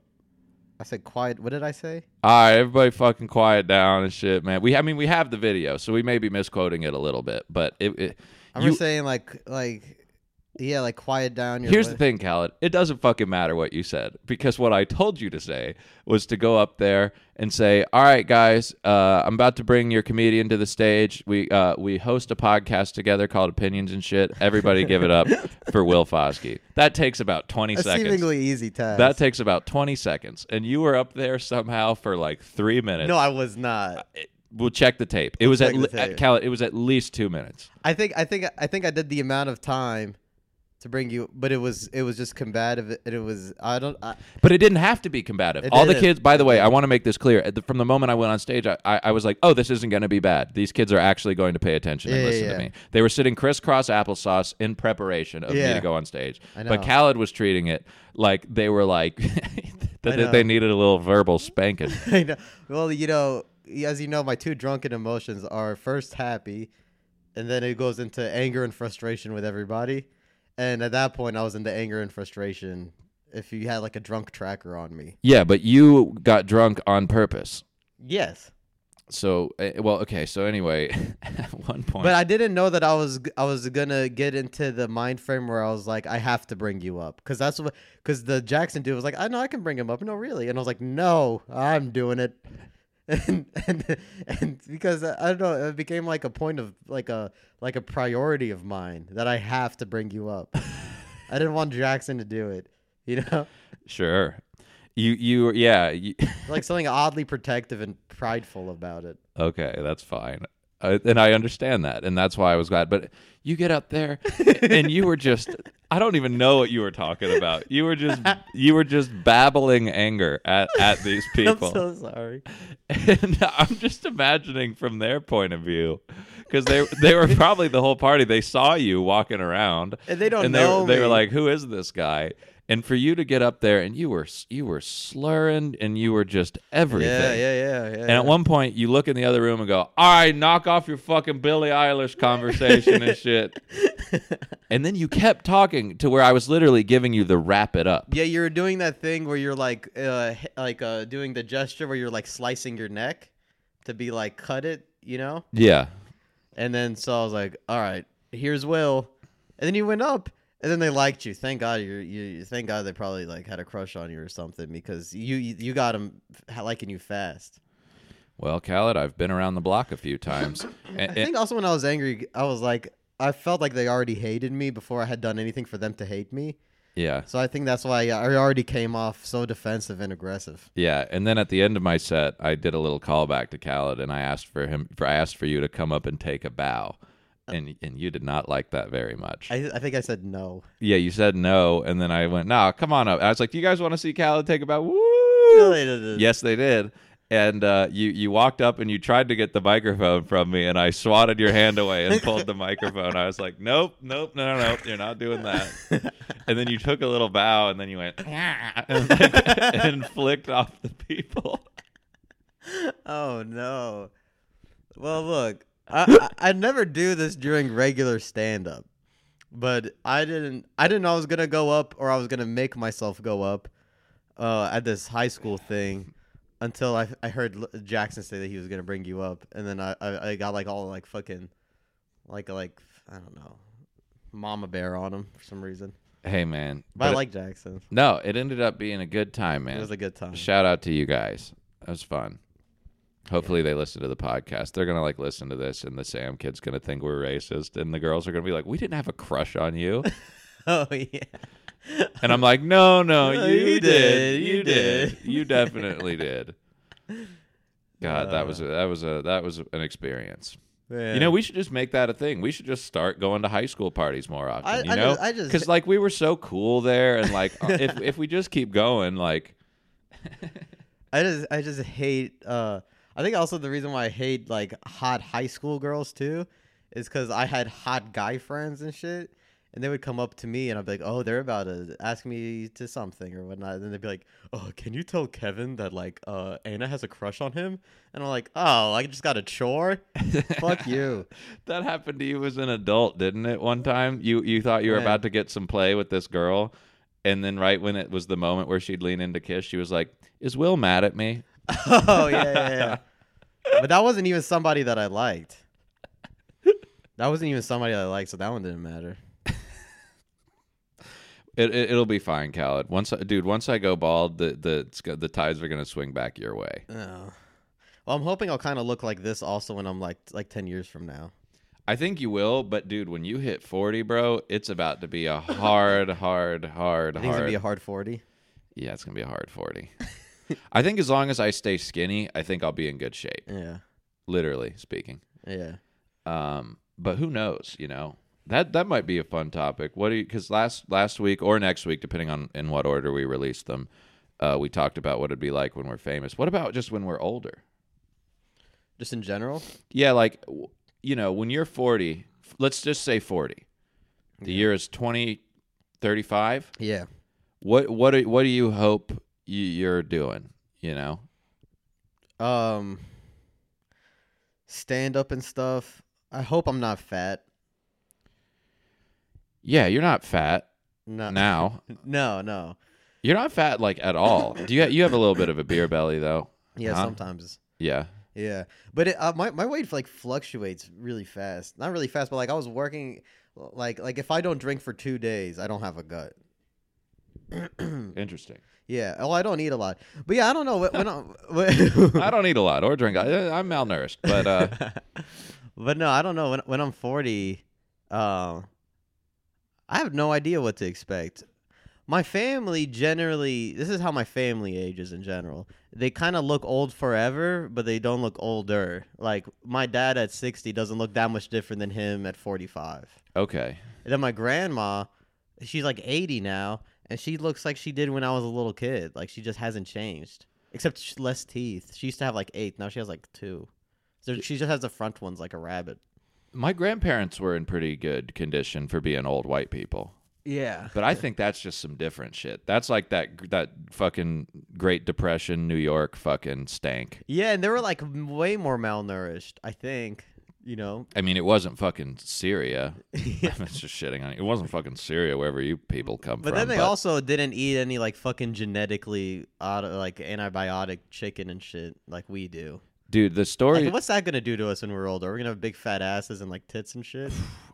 S4: I said quiet. What did I say?
S5: All right, everybody, fucking quiet down and shit, man. We, I mean, we have the video, so we may be misquoting it a little bit, but it, it
S4: I
S5: you,
S4: remember saying like, like, yeah, like quiet down. Your
S5: Here's
S4: li-
S5: the thing, Khaled. It doesn't fucking matter what you said because what I told you to say was to go up there and say, "All right, guys, uh, I'm about to bring your comedian to the stage. We uh, we host a podcast together called Opinions and Shit. Everybody, give it up for Will Foskey. That takes about 20
S4: A
S5: seconds.
S4: seemingly easy task.
S5: that takes about 20 seconds, and you were up there somehow for like three minutes.
S4: no, I was not.
S5: It- we'll check the tape. It was at,
S4: check
S5: le-
S4: the
S5: at
S4: tape.
S5: Khaled, It was at least two minutes.
S4: I think I think I think I did the amount of time to bring you, but it was it was just combative, and it was I don't. I,
S5: But it didn't have to be combative.
S4: It
S5: All the
S4: didn't.
S5: kids, by the way, I want to make this clear. At the- From the moment I went on stage, I, I, I was like, oh, this isn't going to be bad. These kids are actually going to pay attention and
S4: Yeah, yeah,
S5: listen to
S4: yeah.
S5: me. They were sitting crisscross applesauce in preparation of me
S4: Yeah.
S5: to go on stage.
S4: I
S5: But
S4: know.
S5: Khaled was treating it like they were like, that
S4: know.
S5: they needed a little verbal spanking.
S4: I know. Well, you know, as you know, my two drunken emotions are first happy, and then it goes into anger and frustration with everybody. And at that point, I was into anger and frustration. If you had like a drunk tracker on me,
S5: yeah, but you got drunk on purpose.
S4: yes,
S5: So, eh, well, okay. So, anyway, at one point.
S4: but I didn't know that I was I was gonna get into the mind frame where I was like, I have to bring you up because that's what because the Jackson dude was like, I know I can bring him up, no, really, and I was like, no, I'm doing it. And, and and because uh, I don't know, it became like a point of like a like a priority of mine that I have to bring you up. I didn't want Jackson to do it, you know,
S5: sure. You, you, yeah. You,
S4: like something oddly protective and prideful about it.
S5: okay, that's fine. Uh, and I understand that. And that's why I was glad. But you get up there and you were just, I don't even know what you were talking about. You were just, you were just babbling anger at, at these people.
S4: I'm so sorry.
S5: and I'm just imagining from their point of view, because they, they were probably the whole party. They saw you walking around
S4: And they don't
S5: and
S4: know
S5: They, were- they were
S4: me.
S5: like, "Who is this guy?" And for you to get up there and you were s- you were slurring and you were just everything.
S4: Yeah, yeah, yeah, yeah.
S5: And at one point, you look in the other room and go, "All right, knock off your fucking Billie Eilish conversation and shit." And then you kept talking to where I was literally giving you the wrap it up.
S4: Yeah, you're doing that thing where you're like, uh, h- like uh, doing the gesture where you're like slicing your neck to be like cut it, you know.
S5: Yeah,
S4: And then so I was like, all right, here's Will. And then you went up, and then they liked you. Thank God you're, you. you- Thank God they probably like had a crush on you or something because you you, you got them liking you fast.
S5: Well, Khaled, I've been around the block a few times. and,
S4: I think also when I was angry, I was like, I felt like they already hated me before I had done anything for them to hate me.
S5: yeah,
S4: So I think that's why I already came off so defensive and aggressive.
S5: yeah. And then at the end of my set, I did a little callback to Khaled, and I asked for him. For, I asked for you to come up and take a bow, and and you did not like that very much.
S4: I, I think I said no.
S5: yeah, you said no, and then I went, "Nah, come on up." I was like, "Do you guys want to see Khaled take a bow?" Woo! Yes, they did. And uh, you you walked up and you tried to get the microphone from me, and I swatted your hand away and pulled the microphone. I was like, "Nope, nope, no, no, no, you're not doing that." And then you took a little bow, and then you went "Ah," and, and flicked off the people.
S4: Oh no. Well, look, I, I I never do this during regular stand up. But I didn't I didn't know I was going to go up or I was going to make myself go up uh, at this high school thing until I I heard L- Jackson say that he was going to bring you up and then I, I I got like all like fucking like like I don't know mama bear on him for some reason.
S5: Hey, man,
S4: But, I like Jackson.
S5: no. It ended up being a good time, man.
S4: It was a good time.
S5: Shout out to you guys. That was fun. Hopefully they listen to the podcast. They're gonna like listen to this, and the Sam kid's gonna think we're racist, and the girls are gonna be like, "We didn't have a crush on you,"
S4: Oh yeah.
S5: and I'm like, "No, no,
S4: No,
S5: you,
S4: you
S5: did,
S4: did,
S5: you
S4: you
S5: did,
S4: did."
S5: you definitely did." God, that was a,
S4: Uh.
S5: that was a that was an experience. You know, we should just make that a thing. We should just start going to high school parties more often.
S4: I-
S5: you
S4: I
S5: know,
S4: just- I just-
S5: because like we were so cool there, and like uh, if if we just keep going, like
S4: I just I just hate uh I think also the reason why I hate like hot high school girls too is cuz I had hot guy friends and shit and they would come up to me and I'd be like, "Oh, they're about to ask me to something or whatnot." And then they'd be like, "Oh, can you tell Kevin that like uh Anna has a crush on him?" And I'm like, "Oh, I just got a chore." Fuck you.
S5: That happened to you as an adult, didn't it? One time, you you thought you were
S4: Yeah.
S5: about to get some play with this girl, and then right when it was the moment where she'd lean in to kiss, she was like, "Is Will mad at me?"
S4: oh yeah, yeah, yeah. but that wasn't even somebody that I liked. That wasn't even somebody that I liked, so that one didn't matter.
S5: It, it it'll be fine, Khaled. Once, I, dude, once I go bald, the the it's go- the tides are gonna swing back your way.
S4: Oh. Well, I'm hoping I'll kind of look like this also when I'm like like 10 years from now.
S5: I think you will, but dude, when you hit forty, bro, it's about to be a hard, hard, hard,
S4: I think it's
S5: hard.
S4: gonna be a hard 40.
S5: yeah, it's gonna be a hard forty. I think as long as I stay skinny, I think I'll be in good shape.
S4: Yeah,
S5: Literally speaking.
S4: yeah.
S5: Um, but who knows? You know that that might be a fun topic. What do you? Because last last week or next week, depending on in what order we release them, uh, we talked about what it'd be like when we're famous. What about just when we're older?
S4: Just in general.
S5: Yeah, like w- you know, when you're 40, f- let's just say 40. The year is 2035.
S4: Yeah.
S5: What what do, what do you hope you, you're doing? You know,
S4: Um. Stand up and stuff. I hope I'm not fat.
S5: yeah, you're not fat
S4: No.
S5: now.
S4: No. No.
S5: You're not fat like at all. Do you you have a little bit of a beer belly though?
S4: Yeah.
S5: Huh?
S4: Sometimes.
S5: Yeah.
S4: Yeah, but it, uh, my my weight like fluctuates really fast. Not really fast, but like I was working, like like if I don't drink for two days, I don't have a gut.
S5: Interesting.
S4: Yeah. Oh, I don't eat a lot. But yeah, I don't know. wh- When I,
S5: I don't eat a lot or drink. I, uh, I'm malnourished, but uh,
S4: but no, I don't know. When when I'm 40, um, I have no idea what to expect. My family generally, this is how my family ages in general. They kind of look old forever, but they don't look older. Like my dad at 60 doesn't look that much different than him at 45.
S5: okay.
S4: And then my grandma, she's like 80 now, and she looks like she did when I was a little kid. Like she just hasn't changed, except sh less teeth. She used to have like eight, now she has like two. So she just has the front ones like a rabbit.
S5: My grandparents were in pretty good condition for being old white people.
S4: Yeah.
S5: But I think that's just some different shit. That's like that that fucking Great Depression New York fucking stank.
S4: Yeah, and they were like m- way more malnourished, I think. You know?
S5: I mean, it wasn't fucking Syria. I'm just shitting on you. It wasn't fucking Syria, wherever you people come
S4: But
S5: from.
S4: then they also didn't eat any like fucking genetically out like antibiotic chicken and shit like we do.
S5: dude, the story.
S4: Like, what's that gonna do to us when we're older? We're gonna have big fat asses and like tits and shit.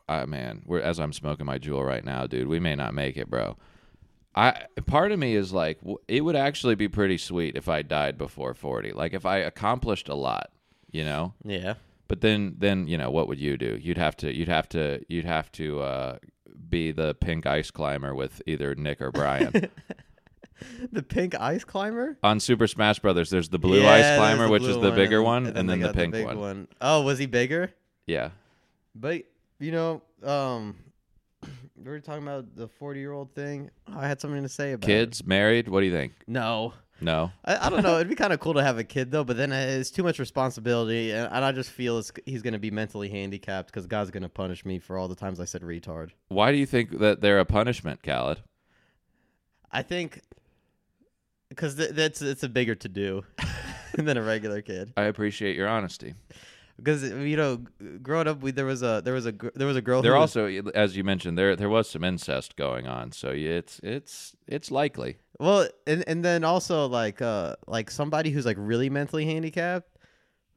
S5: uh, man, we're, as I'm smoking my jewel right now, dude, we may not make it, bro. I part of me is like, w- it would actually be pretty sweet if I died before 40. Like if I accomplished a lot, you know.
S4: Yeah.
S5: But then, then you know, what would you do? You'd have to, you'd have to, you'd have to uh, be the pink ice climber with either Nick or Brian.
S4: The pink ice climber?
S5: On Super Smash Brothers, there's the blue
S4: Yeah,
S5: ice
S4: there's
S5: climber, which is
S4: blue
S5: the
S4: and
S5: bigger
S4: then-
S5: one, and, then,
S4: they
S5: the
S4: got
S5: pink
S4: big
S5: one.
S4: Oh, was he bigger?
S5: Yeah,
S4: But you know, um we were talking about the forty year old thing. Oh, I had something to say about it.
S5: kids, married. What do you think?
S4: No.
S5: No,
S4: I, I don't know. It'd be kind of cool to have a kid though, but then uh, it's too much responsibility, and, and I just feel it's, he's going to be mentally handicapped because God's going to punish me for all the times I said retard.
S5: why do you think that they're a punishment, Khaled?
S4: I think because th- that's it's a bigger to do than a regular kid.
S5: I appreciate your honesty.
S4: Because you know, g- growing up, we there was a there was a gr- there was a girl.
S5: There
S4: who was-
S5: also, as you mentioned, there there was some incest going on, so y- it's it's it's likely.
S4: Well, and and then also like uh like somebody who's like really mentally handicapped,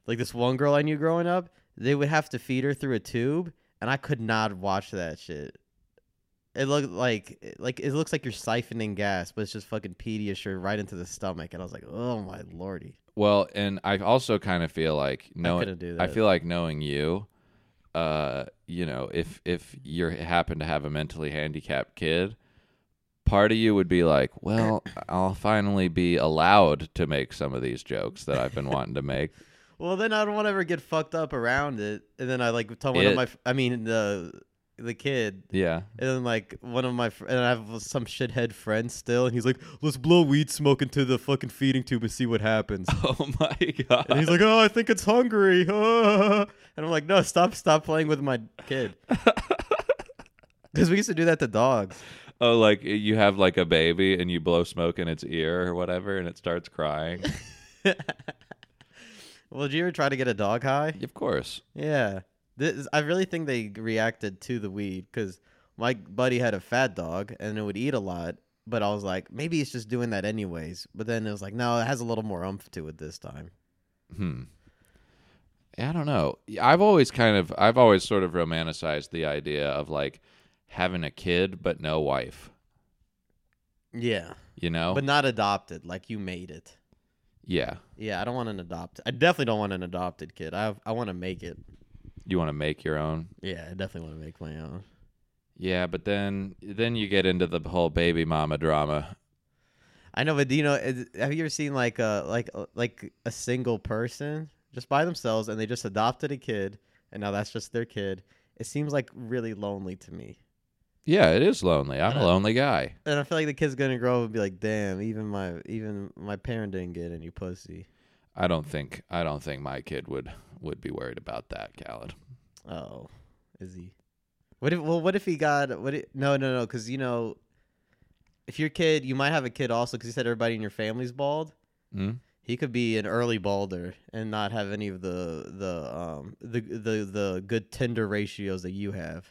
S4: like this one girl I knew growing up, they would have to feed her through a tube, and I could not watch that shit. It looked like it- like it looks like you're siphoning gas, but it's just fucking Pediasure right into the stomach, and I was like, oh my lordy.
S5: Well, and I also kind of feel like knowing.
S4: couldn't do
S5: I
S4: that.
S5: feel like knowing you. Uh, you know, if if you happen to have a mentally handicapped kid, part of you would be like, "Well, I'll finally be allowed to make some of these jokes that I've been wanting to make."
S4: Well, then I don't want to ever get fucked up around it, and then I like tell one of
S5: It-
S4: my, f- I mean the the kid,
S5: Yeah,
S4: And then like one of my fr- and I have some shithead friend still, and he's like, "Let's blow weed smoke into the fucking feeding tube and see what happens."
S5: Oh my god.
S4: and he's like, "Oh, I think it's hungry." and I'm like, "No, stop, stop playing with my kid." Because we used to do that to dogs.
S5: oh, like you have like a baby and you blow smoke in its ear or whatever and it starts crying.
S4: Well, did you ever try to get a dog high?
S5: of course.
S4: Yeah, this, I really think they reacted to the weed because my buddy had a fat dog and it would eat a lot. But I was like, maybe it's just doing that anyways. But then it was like, no, it has a little more umph to it this time.
S5: Hmm. I don't know. I've always kind of I've always sort of romanticized the idea of like having a kid but no wife.
S4: Yeah.
S5: you know?
S4: But not adopted. Like you made it.
S5: yeah.
S4: Yeah, I don't want an adopted. I definitely don't want an adopted kid. I I want to make it.
S5: You want to make your own.
S4: Yeah, I definitely want to make my own.
S5: Yeah, but then then you get into the whole baby mama drama.
S4: I know, but do you know, is- have you ever seen like a like a- like a single person just by themselves and they just adopted a kid and now that's just their kid? It seems like really lonely to me.
S5: Yeah, it is lonely. I'm a lonely guy.
S4: And I feel like the kid's gonna grow up and be like, "Damn, even my even my parent didn't get any pussy."
S5: I don't think I don't think my kid would would be worried about that, Khaled.
S4: Oh, is he? What if? Well, what if he got? What? If, no, no, no. Because you know, if your kid, you might have a kid also. Because you said everybody in your family's bald.
S5: Mm?
S4: He could be an early balder and not have any of the the um the the the good tender ratios that you have.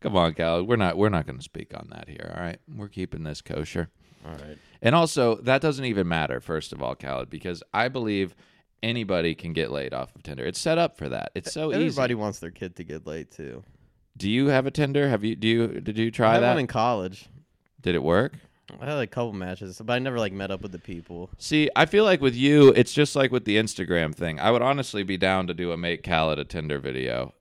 S5: Come on, Khaled. We're not we're not going to speak on that here. All right, we're keeping this kosher.
S4: All right.
S5: And also, that doesn't even matter, first of all, Khaled, because I believe anybody can get laid off of Tinder. It's set up for that. It's so
S4: Everybody
S5: easy.
S4: wants their kid to get laid too.
S5: Do you have a Tinder? Have you do you did you
S4: I
S5: try
S4: had
S5: that?
S4: one in college.
S5: Did it work?
S4: I had a couple matches, but I never like met up with the people.
S5: See, I feel like with you, it's just like with the Instagram thing. I would honestly be down to do a make Khaled a Tinder video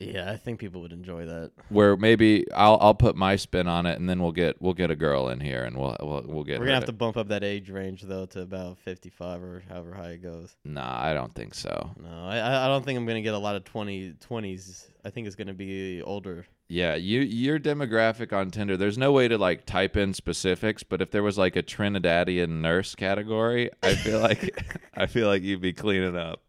S4: Yeah, I think people would enjoy that.
S5: where maybe I'll I'll put my spin on it, and then we'll get we'll get a girl in here, and we'll we'll, we'll get.
S4: We're gonna have
S5: her
S4: to bump up that age range though to about fifty five or however high it goes.
S5: Nah, I don't think so.
S4: No, I- I, I don't think I'm gonna get a lot of 20, 20s. I think it's gonna be older.
S5: Yeah, you your demographic on Tinder. There's no way to like type in specifics, but if there was like a Trinidadian nurse category, I feel like I feel like you'd be cleaning up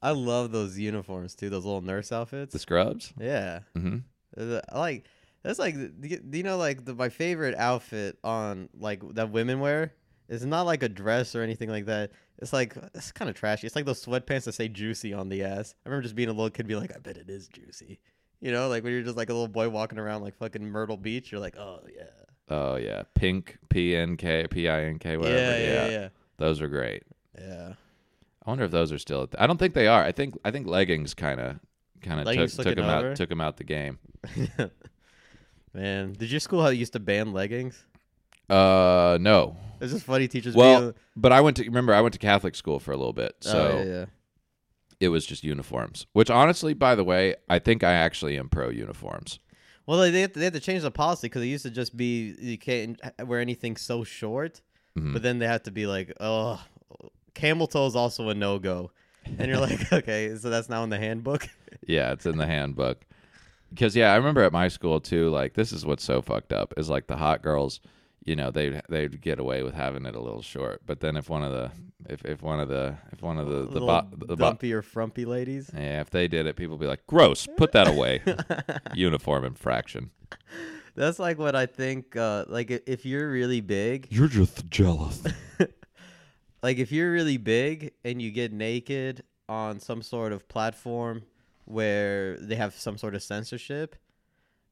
S4: I love those uniforms too. Those little nurse outfits.
S5: the scrubs.
S4: yeah,
S5: hmm
S4: Uh, I like that's like the- the- do you know like the, my favorite outfit on like that women wear is not like a dress or anything like that. It's like it's kind of trashy. It's like those sweatpants that say "juicy" on the ass. I remember just being a little kid, and be like, I bet it is juicy. You know, like when you're just like a little boy walking around like fucking Myrtle Beach, you're like, oh yeah,
S5: Oh yeah, pink P N K P I N K whatever.
S4: yeah, yeah, yeah,
S5: Those are great.
S4: yeah.
S5: I wonder if those are still. At the, I don't think they are. I think I think leggings kind of kind of took
S4: Leggings
S5: took
S4: took it
S5: them
S4: over?
S5: out took 'em out the game.
S4: Man, did your school how used to ban leggings?
S5: Uh no.
S4: It's just funny teachers.
S5: Well,
S4: being,
S5: but I went to remember I went to Catholic school for a little bit, so
S4: oh, yeah, yeah.
S5: it was just uniforms. Which honestly, by the way, I think I actually am pro uniforms.
S4: well, they- they have to, they have to change the policy because it used to just be you can't wear anything so short,
S5: Mm-hmm.
S4: but then they have to be like, oh, camel toe is also a no go, and you're like, okay, so that's now in the handbook.
S5: Yeah, it's in the handbook. Because yeah, I remember at my school too. Like this is what's so fucked up is like the hot girls. You know they they'd get away with having it a little short, but then if one of the if, if one of the if one of the the,
S4: Little
S5: bo- the bo-
S4: dumpy or frumpy ladies.
S5: Yeah, if they did it, people would be like, gross, put that away. Uniform infraction.
S4: That's like what I think. Uh, like i- if you're really big,
S5: You're just jealous.
S4: like if you're really big and you get naked on some sort of platform where they have some sort of censorship,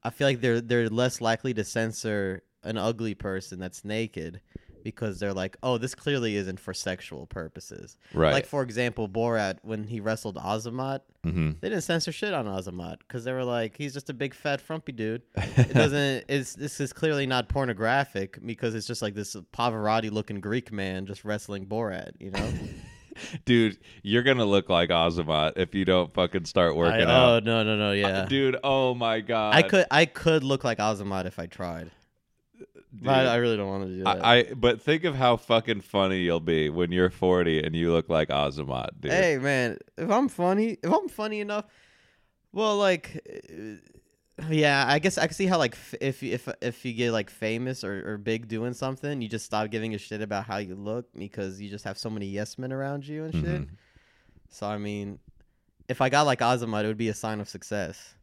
S4: I feel like they're they're less likely to censor an ugly person that's naked because they're like, oh, this clearly isn't for sexual purposes.
S5: Right.
S4: Like for example, Borat when he wrestled Azamat,
S5: hmm
S4: they didn't censor shit on Azamat because they were like, he's just a big fat frumpy dude. It doesn't. It's this is clearly not pornographic because it's just like this Pavarotti looking Greek man just wrestling Borat. You know.
S5: Dude, you're going to look like Azamat if you don't fucking start
S4: I,
S5: working
S4: oh
S5: out.
S4: no no no yeah.
S5: Dude, oh my God.
S4: I could I could look like Azamat if I tried, but I, I really don't want to do that.
S5: Uh, I, I- but think of how fucking funny you'll be when you're 40 and you look like Azamat, dude.
S4: hey man, if I'm funny, if I'm funny enough, well like. uh, Yeah, I guess I can see how like f- if if if you get like famous or, or big doing something, you just stop giving a shit about how you look because you just have so many yes men around you and shit.
S5: Mhm.
S4: So I mean, if I got like Azamat, it would be a sign of success.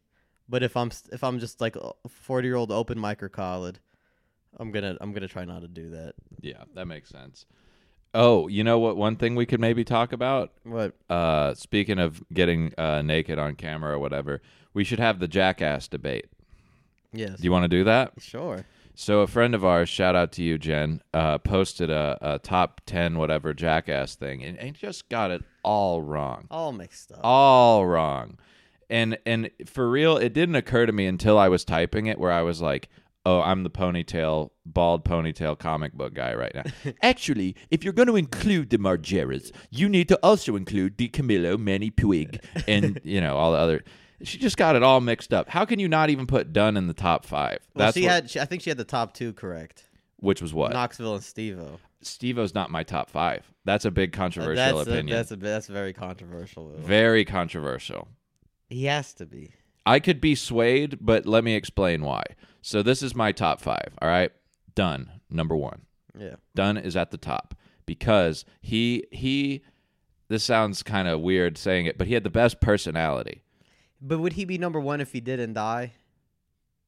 S4: But if I'm st- if I'm just like a forty year old open micer college, I'm gonna I'm gonna try not to do that.
S5: Yeah, that makes sense. Oh, you know what? One thing we could maybe talk about?
S4: What?
S5: Uh, speaking of getting uh, naked on camera or whatever, we should have the jackass debate.
S4: Yes.
S5: Do you want to do that?
S4: sure.
S5: So a friend of ours, shout out to you, Jen, uh, posted a, a top ten whatever jackass thing, and, and just got it all wrong,
S4: All mixed up.
S5: all wrong, and and for real, it didn't occur to me until I was typing it where I was like, oh, I'm the ponytail, bald ponytail comic book guy right now.
S3: Actually, if you're going to include the Margeras, you need to also include the Camillo, Manny Puig, and you know all the other.
S5: she just got it all mixed up. How can you not even put Dunn in the top five?
S4: Well, she
S5: what- Uh,
S4: had. She, I think she had the top two correct.
S5: which was what
S4: Knoxville and Stevo.
S5: Steve-O's not my top five. That's a big controversial
S4: That's a,
S5: opinion.
S4: that's a that's very controversial. though.
S5: Very controversial.
S4: He has to be.
S5: I could be swayed, but let me explain why. So this is my top five. All right, Dunn number one.
S4: Yeah.
S5: Dunn is at the top because he he. This sounds kind of weird saying it, but he had the best personality.
S4: But would he be number one if he didn't die?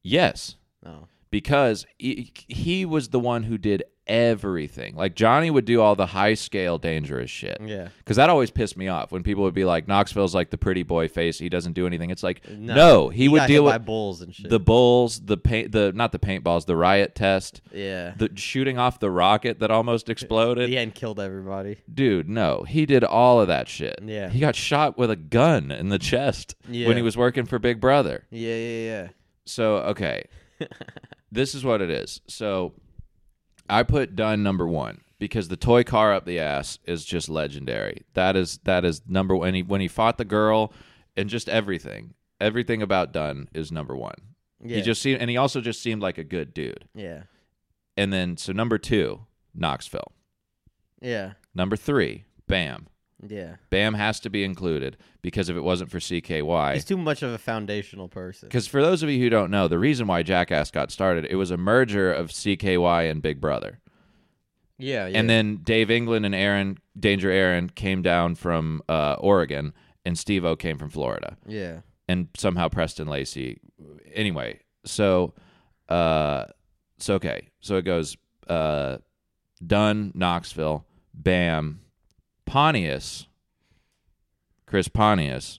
S5: Yes,
S4: No.
S5: because he, he was the one who did everything. Like Johnny would do all the high scale dangerous shit.
S4: Yeah.
S5: Because that always pissed me off when people would be like, Knoxville's like the pretty boy face. He doesn't do anything. It's like, no, he, would
S4: got
S5: deal
S4: hit by
S5: with
S4: bulls and shit.
S5: the bulls, the paint, the not the paintballs, the riot test,
S4: yeah.
S5: the shooting off the rocket that almost exploded.
S4: yeah, and killed everybody.
S5: Dude, no, he did all of that shit.
S4: Yeah.
S5: He got shot with a gun in the chest
S4: Yeah.
S5: when he was working for Big Brother.
S4: Yeah, yeah, yeah.
S5: So, okay. this is what it is. So, I put Dunn number 1 because the toy car up the ass is just legendary. That is that is number one. He, when he fought the girl and just everything. Everything about Dunn is number 1.
S4: Yeah.
S5: He just seemed and he also just seemed like a good dude.
S4: Yeah.
S5: And then so number 2, Knoxville.
S4: Yeah.
S5: Number 3, Bam.
S4: Yeah.
S5: Bam has to be included because if it wasn't for CKY,
S4: He's too much of a foundational person.
S5: Because for those of you who don't know, the reason why Jackass got started, it was a merger of CKY and Big Brother.
S4: Yeah, yeah.
S5: And then Dave England and Aaron, Danger Aaron, came down from uh, Oregon, and Steve O came from Florida.
S4: yeah.
S5: And somehow Preston Lacey. Anyway, so, uh, so okay. So it goes uh, Dunn, Knoxville, Bam, Pontius, Chris Pontius,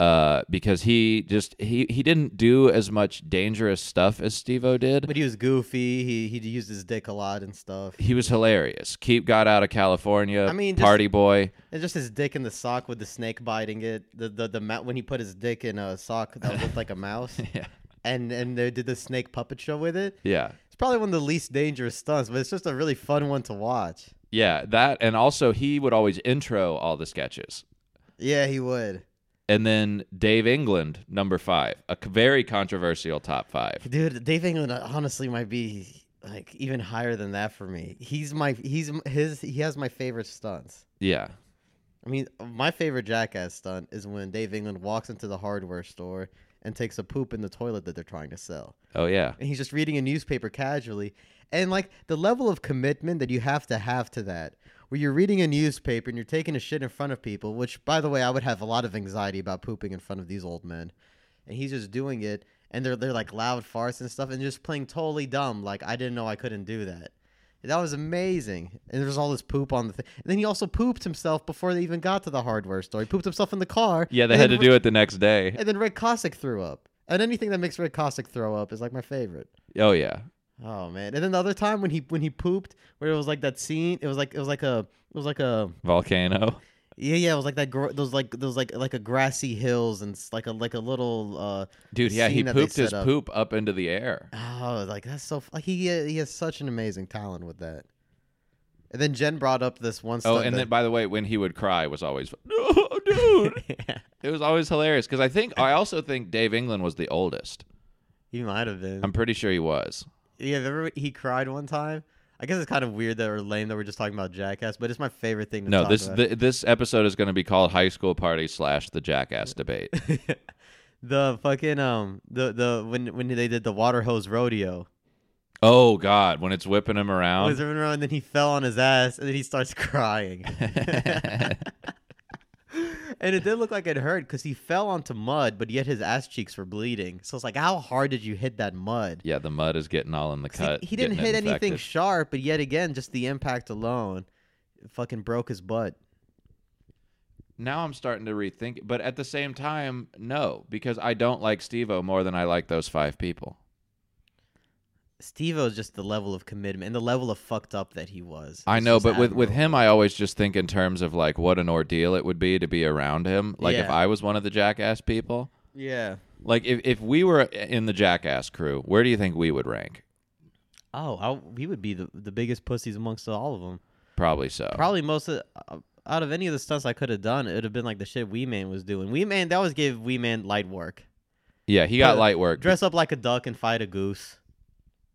S5: uh, because he just he he didn't do as much dangerous stuff as Steve-O did.
S4: But he was goofy. He he used his dick a lot and stuff.
S5: he was hilarious. Keep got out of California.
S4: I mean, just-
S5: party boy.
S4: And just his dick in the sock with the snake biting it. The the the ma- when he put his dick in a sock that looked like a mouse.
S5: Yeah.
S4: And and they did the snake puppet show with it.
S5: Yeah,
S4: It's probably one of the least dangerous stunts, but it's just a really fun one to watch.
S5: yeah, that and also he would always intro all the sketches.
S4: Yeah, he would.
S5: And then Dave England, number five, a c- very controversial top five.
S4: Dude, Dave England uh, honestly might be like even higher than that for me. He's my he's m- his he has my favorite stunts.
S5: Yeah,
S4: I mean, my favorite jackass stunt is when Dave England walks into the hardware store and takes a poop in the toilet that they're trying to sell.
S5: oh yeah,
S4: And he's just reading a newspaper casually. And like the level of commitment that you have to have to that, where you're reading a newspaper and you're taking a shit in front of people, which by the way, I would have a lot of anxiety about pooping in front of these old men. And he's just doing it and they're they're like loud farts and stuff and just playing totally dumb, like I didn't know I couldn't do that. That was amazing. And there's all this poop on the thing. And then he also pooped himself before they even got to the hardware store. He pooped himself in the car.
S5: yeah. They
S4: and
S5: had to
S4: then
S5: do it the next day.
S4: and then Red Cossack threw up. And anything that makes Red Cossack throw up is like my favorite.
S5: Oh yeah,
S4: Oh man! And then the other time when he when he pooped, where it was like that scene, it was like it was like a it was like a
S5: volcano.
S4: yeah yeah it was like that gr- those like those like like a grassy hills and s- like a like a little uh
S5: Dude, yeah, he
S4: scene that they
S5: pooped his
S4: set up.
S5: poop up into the air.
S4: Oh, like that's so f- like he uh, he has such an amazing talent with that. And then Jen brought up this one.
S5: Oh,
S4: stunt
S5: and
S4: that-
S5: then by the way, when he would cry was always no, dude. It was always hilarious because I think I also think Dave England was the oldest.
S4: he might have been.
S5: I'm pretty sure he was.
S4: Yeah, remember when he cried one time. I guess it's kind of weird that or lame that we're just talking about Jackass, but it's my favorite thing. To
S5: No,
S4: talk
S5: this
S4: about.
S5: th this episode is going to be called "High School Party" slash the Jackass Debate.
S4: the fucking um the the when when they did the water hose rodeo.
S5: oh God, when it's whipping him
S4: Was
S5: around,
S4: everyone around, and then he fell on his ass and then he starts crying. and it did look like it hurt because he fell onto mud, but yet his ass cheeks were bleeding. So it's like, how hard did you hit that mud?
S5: yeah, the mud is getting all in the
S4: 'Cause
S5: cut.
S4: he, he didn't hit
S5: getting it
S4: anything
S5: infected.
S4: sharp, but yet again, just the impact alone, fucking broke his butt.
S5: now I'm starting to rethink, it, but at the same time, no, because I don't like Steve-O more than I like those five people.
S4: Steve O's just the level of commitment and the level of fucked up that he was.
S5: I
S4: It's
S5: know,
S4: just
S5: but with, with
S4: admirable.
S5: him, I always just think in terms of like what an ordeal it would be to be around him. Like if
S4: Yeah.
S5: I was one of the Jackass people,
S4: Yeah.
S5: like if if we were in the Jackass crew, where do you think we would rank?
S4: Oh, I, we would be the, the biggest pussies amongst all of them.
S5: Probably so.
S4: Probably most of uh, out of any of the stunts I could have done, it would have been like the shit Wee Man was doing. Wee Man, that was give Wee Man light work.
S5: yeah, he got
S4: Put-
S5: light work.
S4: Dress up like a duck and fight a goose.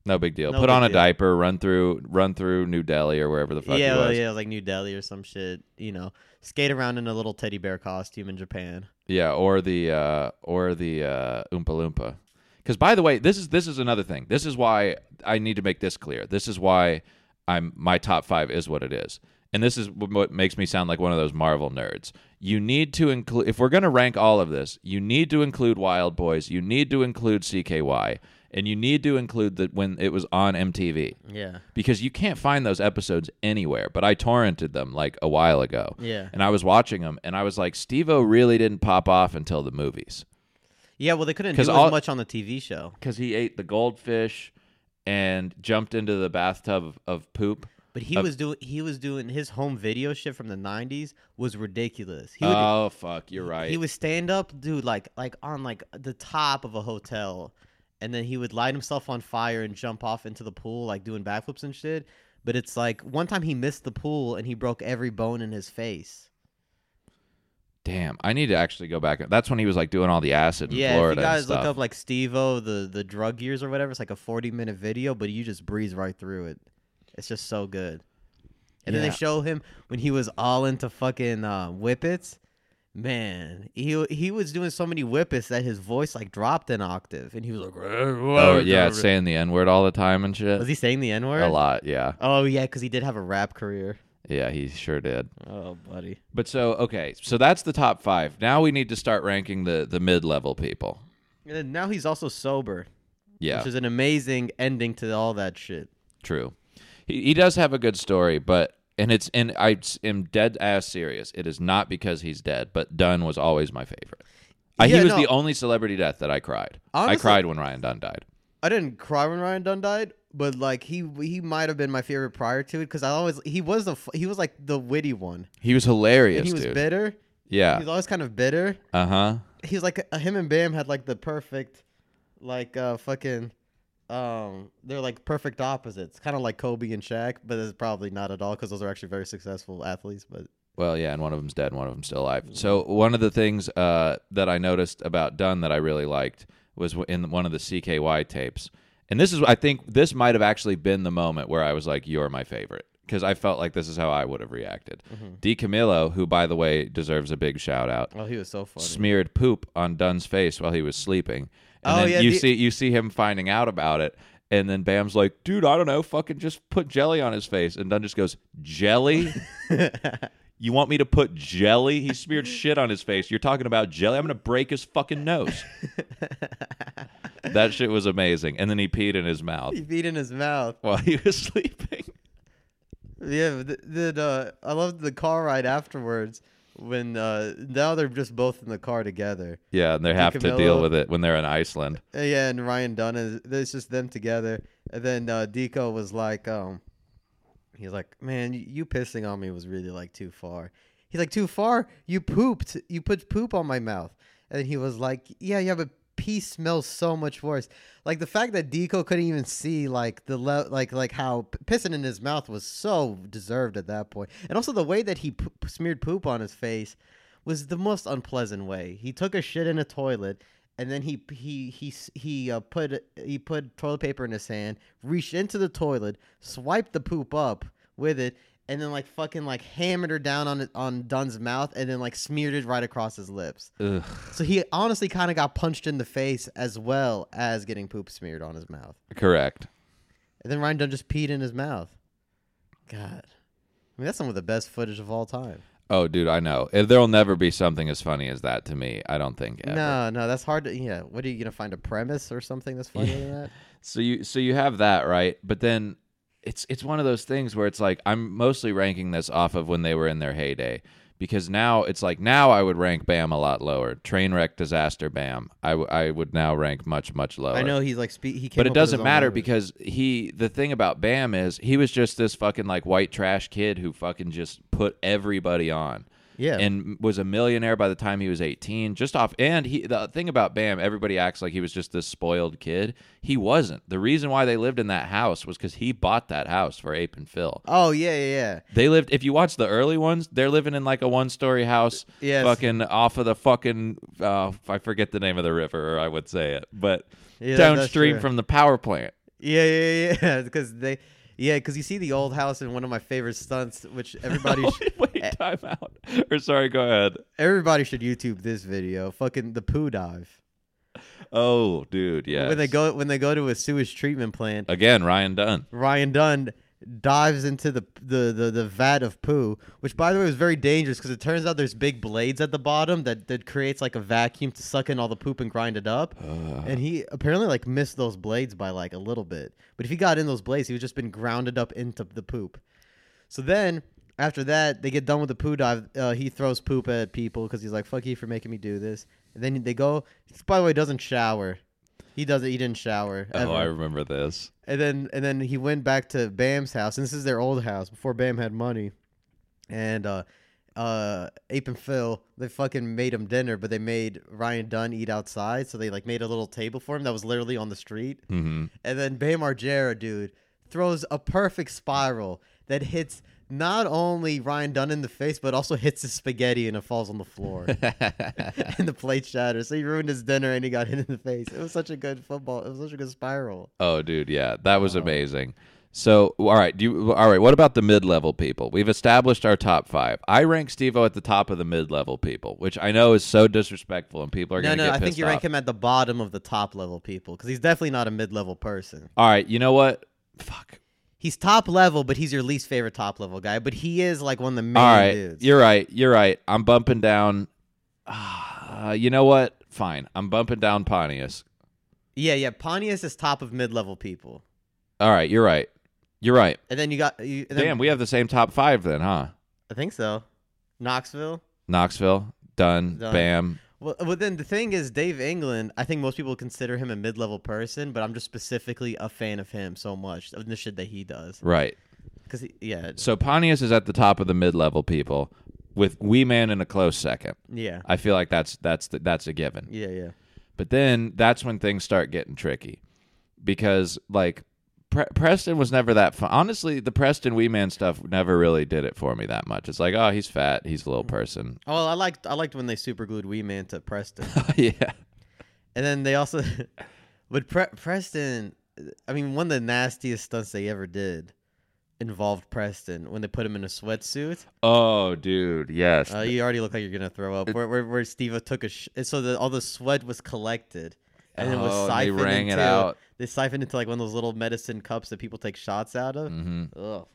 S5: no big deal.
S4: no
S5: Put
S4: big
S5: on a
S4: deal.
S5: diaper, run through, run through New Delhi or wherever the fuck
S4: yeah,
S5: he
S4: well,
S5: was.
S4: yeah, like New Delhi or some shit. You know, skate around in a little teddy bear costume in Japan.
S5: Yeah, or the uh, or the uh, Oompa Loompa. Because by the way, this is this is another thing. This is why I need to make this clear. This is why I'm my top five is what it is, and this is wh- what makes me sound like one of those Marvel nerds. You need to include if we're going to rank all of this, you need to include Wild Boys, you need to include CKY, and you need to include that when it was on MTV
S4: Yeah,
S5: because you can't find those episodes anywhere. But I torrented them like a while ago.
S4: Yeah.
S5: And I was watching them and I was like, Steve O really didn't pop off until the movies
S4: yeah. Well, they couldn't do
S5: 'Cause
S4: as
S5: all-
S4: much on the TV show.
S5: because he ate the goldfish and jumped into the bathtub of, of poop.
S4: But he
S5: Of-
S4: was doing he was doing his home video shit from the '90s was ridiculous. He would,
S5: Oh, fuck. You're right.
S4: he would stand up, dude, like like on like the top of a hotel, and then he would light himself on fire and jump off into the pool, like doing backflips and shit. But it's like one time he missed the pool and he broke every bone in his face.
S5: Damn. I need to actually go back. That's when he was like doing all the acid in
S4: yeah,
S5: Florida.
S4: if you
S5: and
S4: guys look
S5: stuff.
S4: up like Steve-O, the the drug years or whatever, it's like a 40 minute video, but you just breeze right through it. It's just so good. And then
S5: Yeah.
S4: they show him when he was all into fucking uh, whippets. Man, he he was doing so many whippets that his voice like dropped an octave, and he was like,
S5: Oh, yeah, saying the N word all the time and shit.
S4: was he saying the n word
S5: a lot, yeah.
S4: Oh yeah, because he did have a rap career.
S5: Yeah, he sure did.
S4: Oh buddy,
S5: But so okay, so that's the top five. Now we need to start ranking the the mid level people.
S4: and then now he's also sober,
S5: Yeah,
S4: which is an amazing ending to all that shit.
S5: true. He he does have a good story, but and it's and I am dead ass serious. It is not because he's dead, but Dunn was always my favorite. I, he
S4: Yeah,
S5: was
S4: no.
S5: the only celebrity death that I cried. I
S4: Honestly-
S5: cried when Ryan Dunn died.
S4: I didn't cry when Ryan Dunn died, but like he he might have been my favorite prior to it because I always he was the f- he was like the witty one.
S5: He was hilarious,
S4: and he was
S5: dude.
S4: bitter. He was
S5: Yeah.
S4: always kind of bitter.
S5: Uh huh.
S4: He was like uh, him and Bam had like the perfect, like uh fucking, um they're like perfect opposites. Kind of like Kobe and Shaq, but it's probably not at all because those are actually very successful athletes. But
S5: Well, yeah, and one of them's dead, and one of them's still alive. So one of the things uh, that I noticed about Dunn that I really liked was w- in one of the CKY tapes, and this is I think this might have actually been the moment where I was like, "You're my favorite," because I felt like this is how I would have reacted. D. Camillo, who by the way deserves a big shout out,
S4: oh, he was so funny.
S5: smeared poop on Dunn's face while he was sleeping, and
S4: Oh,
S5: then
S4: yeah,
S5: you
S4: the-
S5: see you see him finding out about it. And then Bam's like, dude, I don't know, fucking just put jelly on his face. And Dunn just goes, jelly? You want me to put jelly? He smeared shit on his face. You're talking about jelly? I'm going to break his fucking nose. that shit was amazing. And then he peed in his mouth
S4: he beat in his mouth.
S5: while he was sleeping.
S4: Yeah, but th- then uh, I loved the car ride afterwards when uh, now they're just both in the car together.
S5: Yeah, and they have to deal
S4: Camillo.
S5: with it when they're in Iceland.
S4: Uh, Yeah, and Ryan Dunn is it's just them together. And then uh, Deco was like, um, he's like, man, y- you pissing on me was really like too far. He's like, too far? You pooped. You put poop on my mouth. And he was like, yeah, yeah, but pee smells so much worse. Like the fact that Deco couldn't even see like the le- like like how p- pissing in his mouth was so deserved at that point, and also the way that he p- smeared poop on his face was the most unpleasant way. He took a shit in a toilet, and then he he he s- he uh, put he put toilet paper in his hand, reached into the toilet, swiped the poop up with it, and then like fucking like hammered her down on it- on Dunn's mouth, and then like smeared it right across his lips.
S5: Ugh.
S4: So he honestly kind of got punched in the face as well as getting poop smeared on his mouth.
S5: Correct.
S4: And then Ryan Dunn just peed in his mouth. God. I mean, that's some of the best footage of all time.
S5: Oh, dude, I know. Eh, There'll never be something as funny as that to me. I don't think. Ever.
S4: No, no, that's hard to. Yeah, what are you gonna find a premise or something that's funnier than that?
S5: So you so you have that right, but then it's it's one of those things where it's like I'm mostly ranking this off of when they were in their heyday because now it's like now I would rank Bam a lot lower. Trainwreck disaster Bam I, w- I would now rank much much lower.
S4: I know he's like spe- he. Came
S5: But it
S4: up with his
S5: doesn't
S4: own
S5: matter
S4: language.
S5: because he the thing about Bam is he was just this fucking like white trash kid who fucking just put everybody on.
S4: Yeah.
S5: and was a millionaire by the time he was 18 just off and he the thing about bam everybody acts like he was just this spoiled kid he wasn't the reason why they lived in that house was because he bought that house for ape and phil
S4: Oh yeah, yeah, yeah.
S5: they lived if you watch the early ones they're living in like a one story house
S4: Yes.
S5: fucking off of the fucking uh, i forget the name of the river or i would say it but
S4: Yeah, that- that's
S5: downstream
S4: true.
S5: from the power plant
S4: Yeah, yeah, yeah, yeah. Because they, yeah, because you see the old house in one of my favorite stunts, which everybody, sh-
S5: wait time out or sorry go ahead
S4: everybody should YouTube this video. Fucking the poo dive
S5: oh dude yeah
S4: when they go when they go to a sewage treatment plant.
S5: again ryan dunn
S4: Ryan Dunn dives into the, the the the vat of poo, which by the way was very dangerous because it turns out there's big blades at the bottom that that creates like a vacuum to suck in all the poop and grind it up. and he apparently like missed those blades by like a little bit, but if he got in those blades, he would just been grounded up into the poop. So then. After that, they get done with the poo dive. Uh, he throws poop at people because he's like, "Fuck you for making me do this." And then they go. By the way, doesn't shower. He doesn't. He didn't shower.
S5: oh
S4: ever.
S5: i remember this
S4: And then and then he went back to Bam's house, and this is their old house before Bam had money. And uh uh Ape and Phil, they fucking made him dinner, but they made Ryan Dunn eat outside, so they like made a little table for him that was literally on the street.
S5: mm-hmm
S4: And then Bam Margera, dude, throws a perfect spiral that hits not only Ryan Dunn in the face, but also hits his spaghetti and it falls on the floor. and the plate shatters. So he ruined his dinner and he got hit in the face. It was such a good football. It was such a good spiral.
S5: Oh, dude, yeah, that was amazing. So, all right, do you, all right. What about the mid-level people? We've established our top five. I rank Stevo at the top of the mid-level people, which I know is so disrespectful, and people are
S4: No,
S5: going to
S4: no,
S5: get
S4: I think
S5: pissed
S4: you rank
S5: off.
S4: him at the bottom of the top level people because he's definitely not a mid level person.
S5: All right, you know what? Fuck.
S4: He's top level, but he's your least favorite top level guy. But he is like one of the main
S5: All right,
S4: dudes.
S5: you're right. You're right. I'm bumping down. Uh, you know what? Fine. I'm bumping down Pontius.
S4: yeah, yeah. Pontius is top of mid level people,
S5: All right, you're right. You're right.
S4: and then you got you, and then-
S5: Damn, we have the same top five then, huh?
S4: I think so. Knoxville.
S5: Knoxville, Dunn,
S4: Dunn.
S5: Bam.
S4: Well, well, then the thing is, Dave England. I think most people consider him a mid level person, but I'm just specifically a fan of him so much of the shit that he does.
S5: Right.
S4: Because yeah,
S5: So Pontius is at the top of the mid-level people, with Wee Man in a close second.
S4: yeah,
S5: I feel like that's that's the, that's a given.
S4: yeah, yeah.
S5: But then that's when things start getting tricky, because like Pre- Preston was never that fun. Honestly, the Preston Wee Man stuff never really did it for me that much. It's like, oh, he's fat, he's a little person.
S4: Oh, well, I liked I liked when they super glued Wee Man to Preston.
S5: yeah,
S4: And then they also, but Pre- Preston, I mean, one of the nastiest stunts they ever did involved Preston when they put him in a sweatsuit.
S5: Oh, dude, yes.
S4: Uh, you already look like you're gonna throw up. Where where, where Steve took a sh- so the, all the sweat was collected and it was
S5: Oh, and they
S4: siphoned
S5: wrang it
S4: into
S5: out.
S4: they siphoned into like one of those little medicine cups that people take shots out of.
S5: Mhm.
S4: Ugh.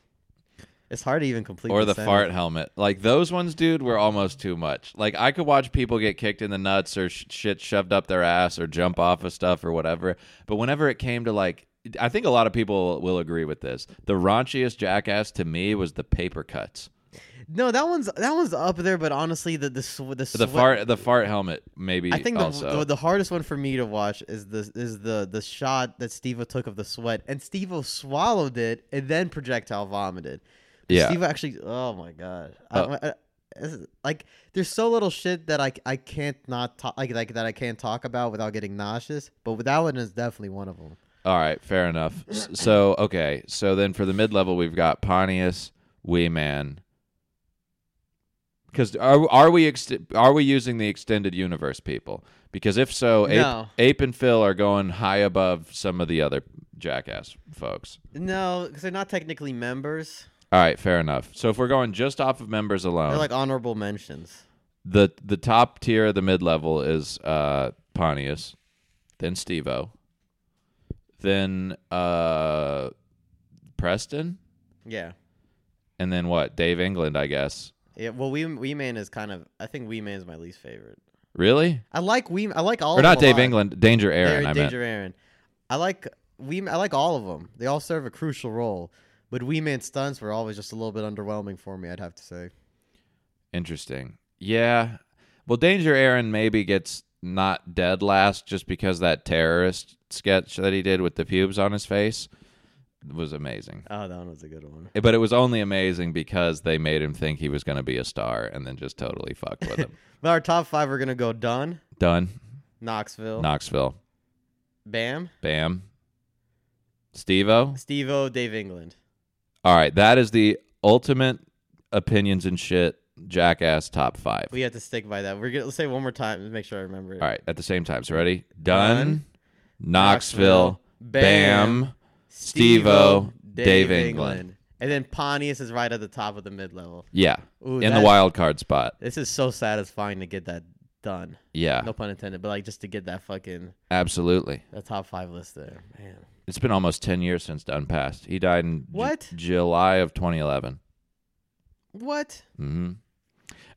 S4: It's hard to even complete.
S5: Or the
S4: sentence.
S5: fart helmet. Like those ones, dude, were almost too much. Like I could watch people get kicked in the nuts or sh- shit shoved up their ass or jump off of stuff or whatever. But whenever it came to like, I think a lot of people will agree with this. The raunchiest jackass to me was the paper cuts.
S4: No, that one's that one's up there, but honestly, the the sw- the,
S5: The
S4: sweat-
S5: fart, the fart helmet, maybe.
S4: I think the,
S5: also.
S4: the the hardest one for me to watch is the is the the shot that Steve-O took of the sweat, and Steve-O swallowed it and then projectile vomited.
S5: Yeah.
S4: Steve actually. Oh my god.
S5: Oh.
S4: I, I, this is- like there's so little shit that I I can't not talk like, like that I can't talk about without getting nauseous, but that one is definitely one of them.
S5: All right, fair enough. S- So okay, so then for the mid level, we've got Pontius, Wee Man. Because are are we ex- are we using the extended universe people? Because if so, Ape,
S4: No.
S5: Ape and Phil are going high above some of the other jackass folks.
S4: No, because they're not technically members;
S5: All right, fair enough. So if we're going just off of members alone,
S4: they're like honorable mentions.
S5: the the top tier of the mid level is uh, Pontius, then Stevo, then uh, Preston.
S4: Yeah.
S5: And then what? Dave England, I guess.
S4: Yeah. Well, Wee, Wee Man is kind of. I think Wee Man is my least favorite.
S5: Really?
S4: I like Wee. I like all.
S5: Or
S4: of
S5: not
S4: them a
S5: Dave
S4: lot.
S5: England, Danger Aaron,
S4: Danger,
S5: I meant.
S4: Oh, Danger Aaron. I like we. I like all of them. They all serve a crucial role, but Wee Man stunts were always just a little bit underwhelming for me. I'd have to say.
S5: Interesting. Yeah. Well, Danger Aaron maybe gets not dead last just because that terrorist sketch that he did with the pubes on his face. was amazing. Eh,
S4: Oh, that one was a good one.
S5: But it was only amazing because they made him think he was going to be a star and then just totally fucked with him.
S4: But our top five are gonna go Dunn,
S5: Done.
S4: Knoxville,
S5: Knoxville.
S4: Bam,
S5: Bam. Stevo.
S4: Steve O, Dave England.
S5: All right, that is the ultimate opinions and shit jackass top five.
S4: We have to stick by that. We're gonna let's say it one more time to make sure I remember it.
S5: All right, at the same time. So ready?
S4: Dunn,
S5: Dunn, Knoxville,
S4: Bam,
S5: Bam, Stevo, Dave England.
S4: And then Pontius is right at the top of the mid level.
S5: Yeah,
S4: Ooh,
S5: in the
S4: that's-
S5: wild card spot.
S4: This is so satisfying to get that done.
S5: Yeah,
S4: No pun intended, but like just to get that fucking
S5: absolutely.
S4: that top five list there. Man.
S5: It's been almost ten years since Dunn passed. He died in Ju-
S4: What?
S5: July of 2011.
S4: What?
S5: hmm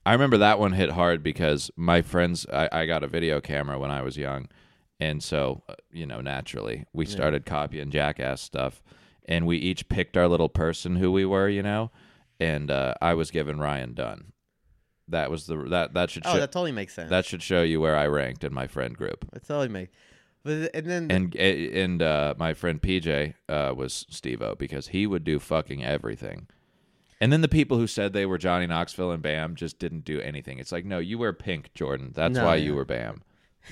S5: I remember that one hit hard because my friends, I, I got a video camera when I was young. And so, uh, you know, naturally, we started copying jackass stuff. And we each picked our little person who we were, you know. And uh, I was given Ryan Dunn. That was the that that should
S4: Oh,
S5: sho-
S4: that totally makes sense.
S5: that should show you where I ranked in my friend group.
S4: that totally makes but and then
S5: And and uh, my friend PJ uh, was Steve-O because he would do fucking everything. And then the people who said they were Johnny Knoxville and Bam just didn't do anything. It's like, no, you were pink, Jordan. That's
S4: No,
S5: why
S4: yeah.
S5: you were Bam.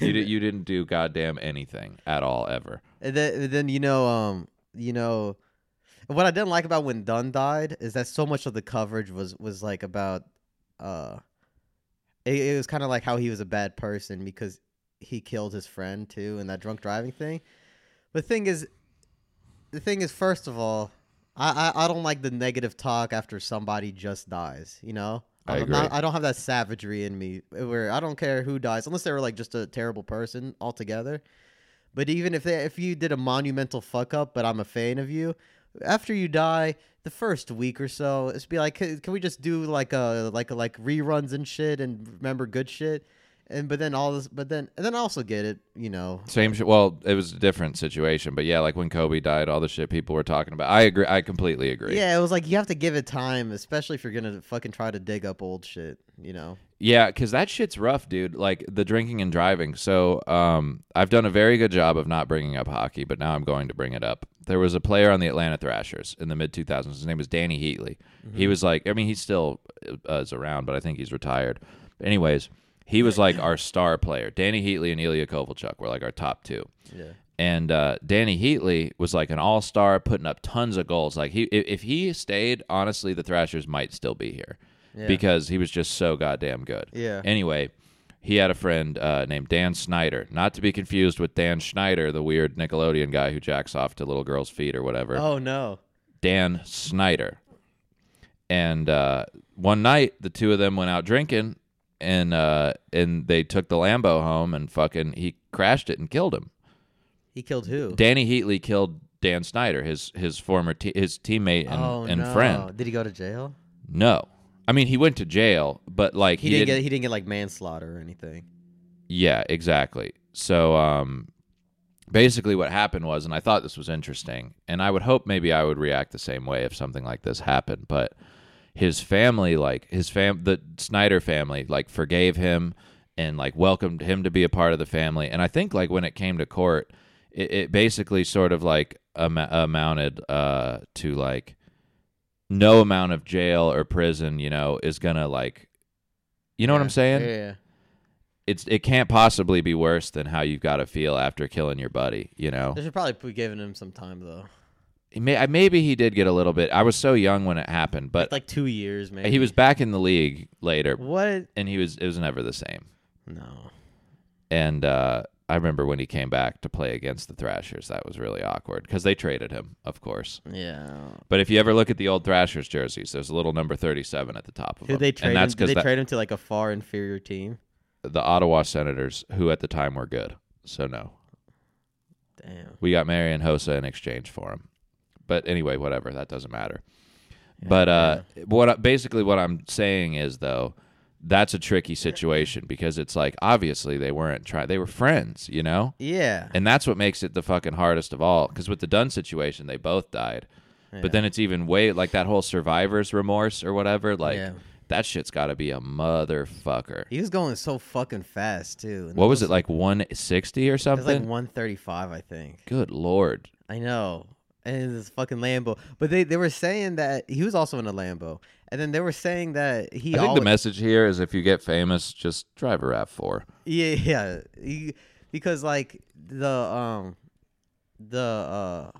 S5: You di- you didn't do goddamn anything at all ever.
S4: And then, and then you know, um, you know, what I didn't like about when Dunn died is that so much of the coverage was was like about, uh, it, it was kind of like how he was a bad person because he killed his friend too in that drunk driving thing. The thing is, the thing is, first of all, I I, I don't like the negative talk after somebody just dies. You know.
S5: I
S4: I'm
S5: agree.
S4: Not, I don't have that savagery in me where I don't care who dies unless they were like just a terrible person altogether. But even if they, if you did a monumental fuck up, but I'm a fan of you, after you die, the first week or so, it's be like, "Can can we just do like a like a, like reruns and shit and remember good shit?" And but then all this, but then and then I also get it, you know.
S5: Same shit. Well, it was a different situation, but yeah, like when Kobe died, all the shit people were talking about. I agree. I completely agree.
S4: Yeah, it was like you have to give it time, especially if you're gonna fucking try to dig up old shit, you know.
S5: Yeah, because that shit's rough, dude. Like the drinking and driving. So um, I've done a very good job of not bringing up hockey, but now I'm going to bring it up. There was a player on the Atlanta Thrashers in the mid 2000s. His name was Danny Heatley. He was like, I mean, he still uh, is around, but I think he's retired. But anyways, he was like our star player. Danny Heatley and Ilya Kovalchuk were like our top two. Yeah. And uh, Danny Heatley was like an all star, putting up tons of goals. Like he, if if he stayed, honestly, the Thrashers might still be here because he was just so goddamn good.
S4: Yeah.
S5: Anyway, he had a friend uh, named Dan Snyder, not to be confused with Dan Schneider, the weird Nickelodeon guy who jacks off to little girls' feet or whatever.
S4: Oh no.
S5: Dan Snyder. And uh, one night, the two of them went out drinking, and uh, and they took the Lambo home, and fucking he crashed it and killed him.
S4: He killed who?
S5: Danny Heatley killed Dan Snyder, his his former te- his teammate and,
S4: oh,
S5: and
S4: no.
S5: friend.
S4: Did he go to jail?
S5: No, I mean he went to jail, but like
S4: He,
S5: he,
S4: didn't, get he didn't get like manslaughter or anything.
S5: Yeah, exactly. So um basically what happened was and I thought this was interesting and I would hope maybe I would react the same way if something like this happened, but his family like his fam the Snyder family like forgave him and like welcomed him to be a part of the family. And I think like when it came to court, it, it basically sort of like am- amounted uh to like no amount of jail or prison, you know, is going to like you know what I'm saying?
S4: Yeah, yeah.
S5: it's it can't possibly be worse than how you've got to feel after killing your buddy. You know,
S4: They should probably be giving him some time though.
S5: He may, I- maybe he did get a little bit. I was so young when it happened, but
S4: Like two years, maybe.
S5: he was back in the league later,
S4: what?
S5: and he was it was never the same.
S4: No.
S5: And uh, I remember when he came back to play against the Thrashers, that was really awkward because they traded him, of course.
S4: Yeah.
S5: But if you ever look at the old Thrashers jerseys, there's a little number 37 at the top of
S4: Did
S5: them,
S4: they trade
S5: and that's
S4: him? Did
S5: because
S4: they trade him to like a far inferior team?
S5: the Ottawa Senators, who at the time were good, so no.
S4: Damn.
S5: We got Marian Hosa in exchange for him. But anyway, whatever. That doesn't matter. but uh, what I- basically what I'm saying is though, that's a tricky situation because it's like obviously they weren't trying. They were friends, you know,
S4: Yeah.
S5: and that's what makes it the fucking hardest of all. Because with the Dunn situation, they both died. But then it's even way like that whole survivor's remorse or whatever. Like
S4: Yeah.
S5: that shit's got to be a motherfucker.
S4: He was going so fucking fast too. And
S5: What was it like 160
S4: It
S5: or
S4: was like
S5: something?
S4: 135, I think.
S5: Good lord.
S4: I know. and this fucking Lambo. But they, they were saying that he was also in a Lambo, and then they were saying that he
S5: I think the
S4: always,
S5: message here is if you get famous, just drive a Rav4.
S4: yeah yeah he, because like the um the uh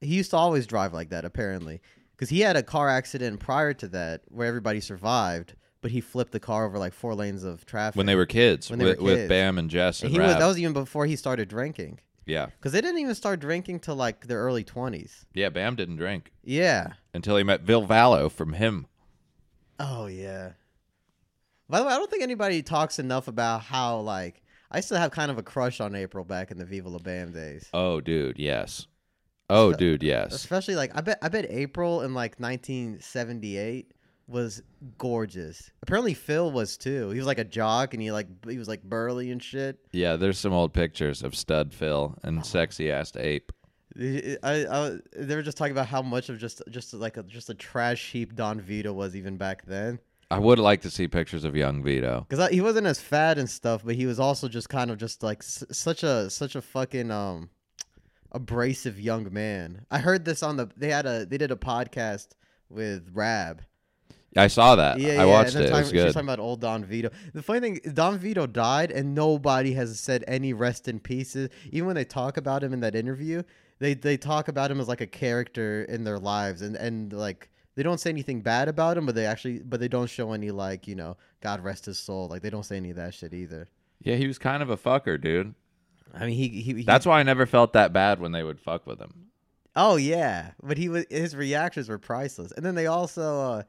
S4: he used to always drive like that apparently because he had a car accident prior to that where everybody survived, but he flipped the car over like four lanes of traffic
S5: When they were kids,
S4: When they
S5: with,
S4: were
S5: with
S4: kids.
S5: Bam and Jess
S4: And
S5: and,
S4: he was,
S5: Rav.
S4: that was even before he started drinking.
S5: yeah,
S4: Because they didn't even start drinking till like their early 20s.
S5: yeah. Bam didn't drink
S4: Yeah.
S5: until he met Bill Vallow from him.
S4: Oh, yeah. By the way, I don't think anybody talks enough about how, like, I used to have kind of a crush on April back in the Viva La Bam days.
S5: Oh, dude, yes. Oh, dude, yes.
S4: Especially, like, I bet, I bet April in like 1978 was gorgeous. Apparently, Phil was too. He was like a jock and he, like, he was like burly and shit.
S5: Yeah, there's some old pictures of stud Phil and sexy ass ape.
S4: I, I, they were just talking about how much of just, just like a, just a trash heap Don Vito was even back then.
S5: I would like to see pictures of young Vito.
S4: because he wasn't as fat and stuff, but he was also just kind of just like s- such a such a fucking um abrasive young man. I heard this on the they had a they did a podcast with Rab.
S5: I saw that.
S4: Yeah,
S5: I
S4: yeah.
S5: watched
S4: and they're
S5: it. It
S4: Talking,
S5: was
S4: She
S5: good.
S4: was talking about old Don Vito. The funny thing, is Don Vito died, and nobody has said any rest in pieces. Even when they talk about him in that interview, they they talk about him as like a character in their lives, and and like they don't say anything bad about him, but they actually but they don't show any like you know God rest his soul. Like they don't say any of that shit either.
S5: yeah, he was kind of a fucker, dude.
S4: I mean, he he, he
S5: That's why I never felt that bad when they would fuck with him.
S4: Oh yeah, but he was his reactions were priceless. And then they also, uh,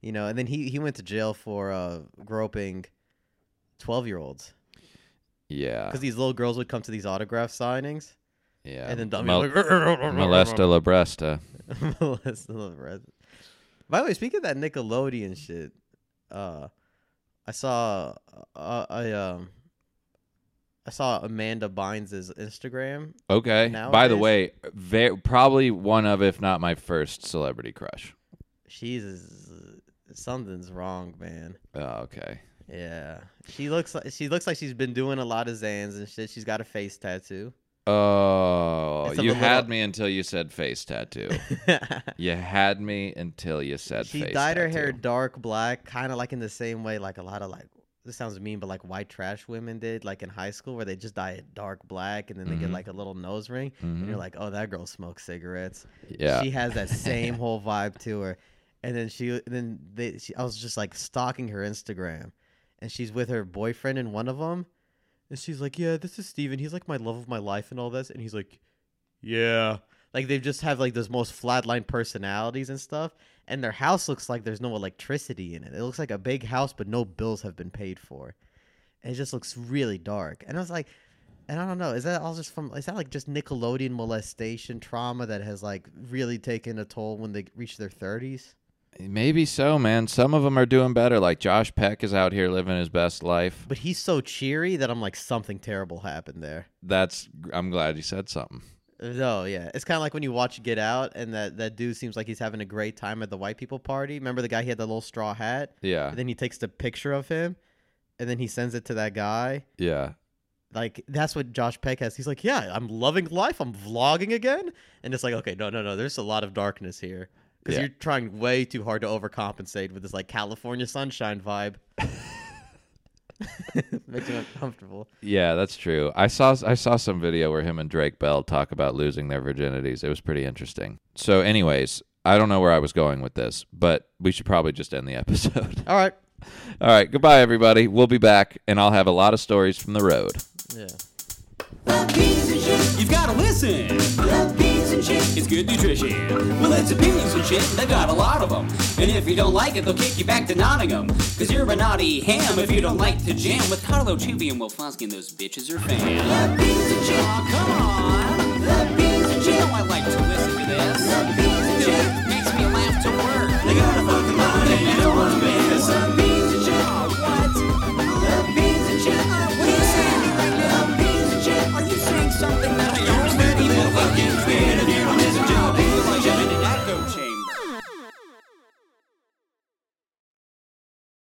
S4: you know, and then he he went to jail for uh, groping twelve year olds
S5: Yeah.
S4: because these little girls would come to these autograph signings,
S5: Yeah.
S4: and then Don
S5: Mol-
S4: Vito like,
S5: molesta la bresta.
S4: molested the rest. By the way, speaking of that Nickelodeon shit, uh, I saw uh, I um. I saw Amanda Bynes' Instagram.
S5: Okay. By the
S4: Nowadays-
S5: way, ve- probably one of, if not my first celebrity crush.
S4: She's something's wrong, man.
S5: Oh, okay.
S4: Yeah, she looks like she looks like she's been doing a lot of Zans and shit. She's got a face tattoo.
S5: Oh,
S4: It's a
S5: you
S4: little-
S5: had me until you said face tattoo. you had me until you said
S4: she
S5: face
S4: dyed her hair
S5: tattoo.
S4: dark black, kind of like in the same way like a lot of like this sounds mean, but like white trash women did like in high school where they just dye it dark black and then they get
S5: Mhm.
S4: like a little nose ring and
S5: Mhm.
S4: you're like, oh, that girl smokes cigarettes.
S5: Yeah.
S4: she has that same whole vibe to her. And then she, and then they, she, I was just like stalking her Instagram, and she's with her boyfriend in one of them, and she's like, "Yeah, this is Steven. He's like my love of my life and all this." And he's like, "Yeah." Like they just have like those most flatline personalities and stuff, and their house looks like there's no electricity in it. It looks like a big house, but no bills have been paid for. And it just looks really dark. And I was like, and I don't know, is that all just from is that like just Nickelodeon molestation trauma that has like really taken a toll when they reach their thirties?
S5: Maybe so, man. Some of them are doing better. Like Josh Peck is out here living his best life.
S4: But he's so cheery that I'm like something terrible happened there.
S5: That's. I'm glad you said something.
S4: No, yeah. It's kind of like when you watch Get Out and that, that dude seems like he's having a great time at the white people party. Remember the guy he had the little straw hat?
S5: Yeah.
S4: And then he takes the picture of him and then he sends it to that guy.
S5: Yeah.
S4: Like that's what Josh Peck has. He's like, "Yeah, I'm loving life. I'm vlogging again." And it's like, "Okay, no, no, no. There's a lot of darkness here because
S5: Yeah.
S4: you're trying way too hard to overcompensate with this like California sunshine vibe." Makes me uncomfortable.
S5: Yeah, that's true. I saw I saw some video where him and Drake Bell talk about losing their virginities. It was pretty interesting. So, anyways, I don't know where I was going with this, but we should probably just end the episode.
S4: All right.
S5: All right, goodbye, everybody. We'll be back, and I'll have a lot of stories from the road.
S4: Yeah.
S2: The beans and chips.
S1: You've gotta listen.
S2: The beans and chips.
S1: It's good nutrition. Well, it's opinions and shit, they got a lot of them. And if you don't like it, they'll kick you back to Nottingham. Cause you're a naughty ham if you don't like to jam with Carlo Chubi and Will Flosky and those bitches are fans.
S2: The beans and chips.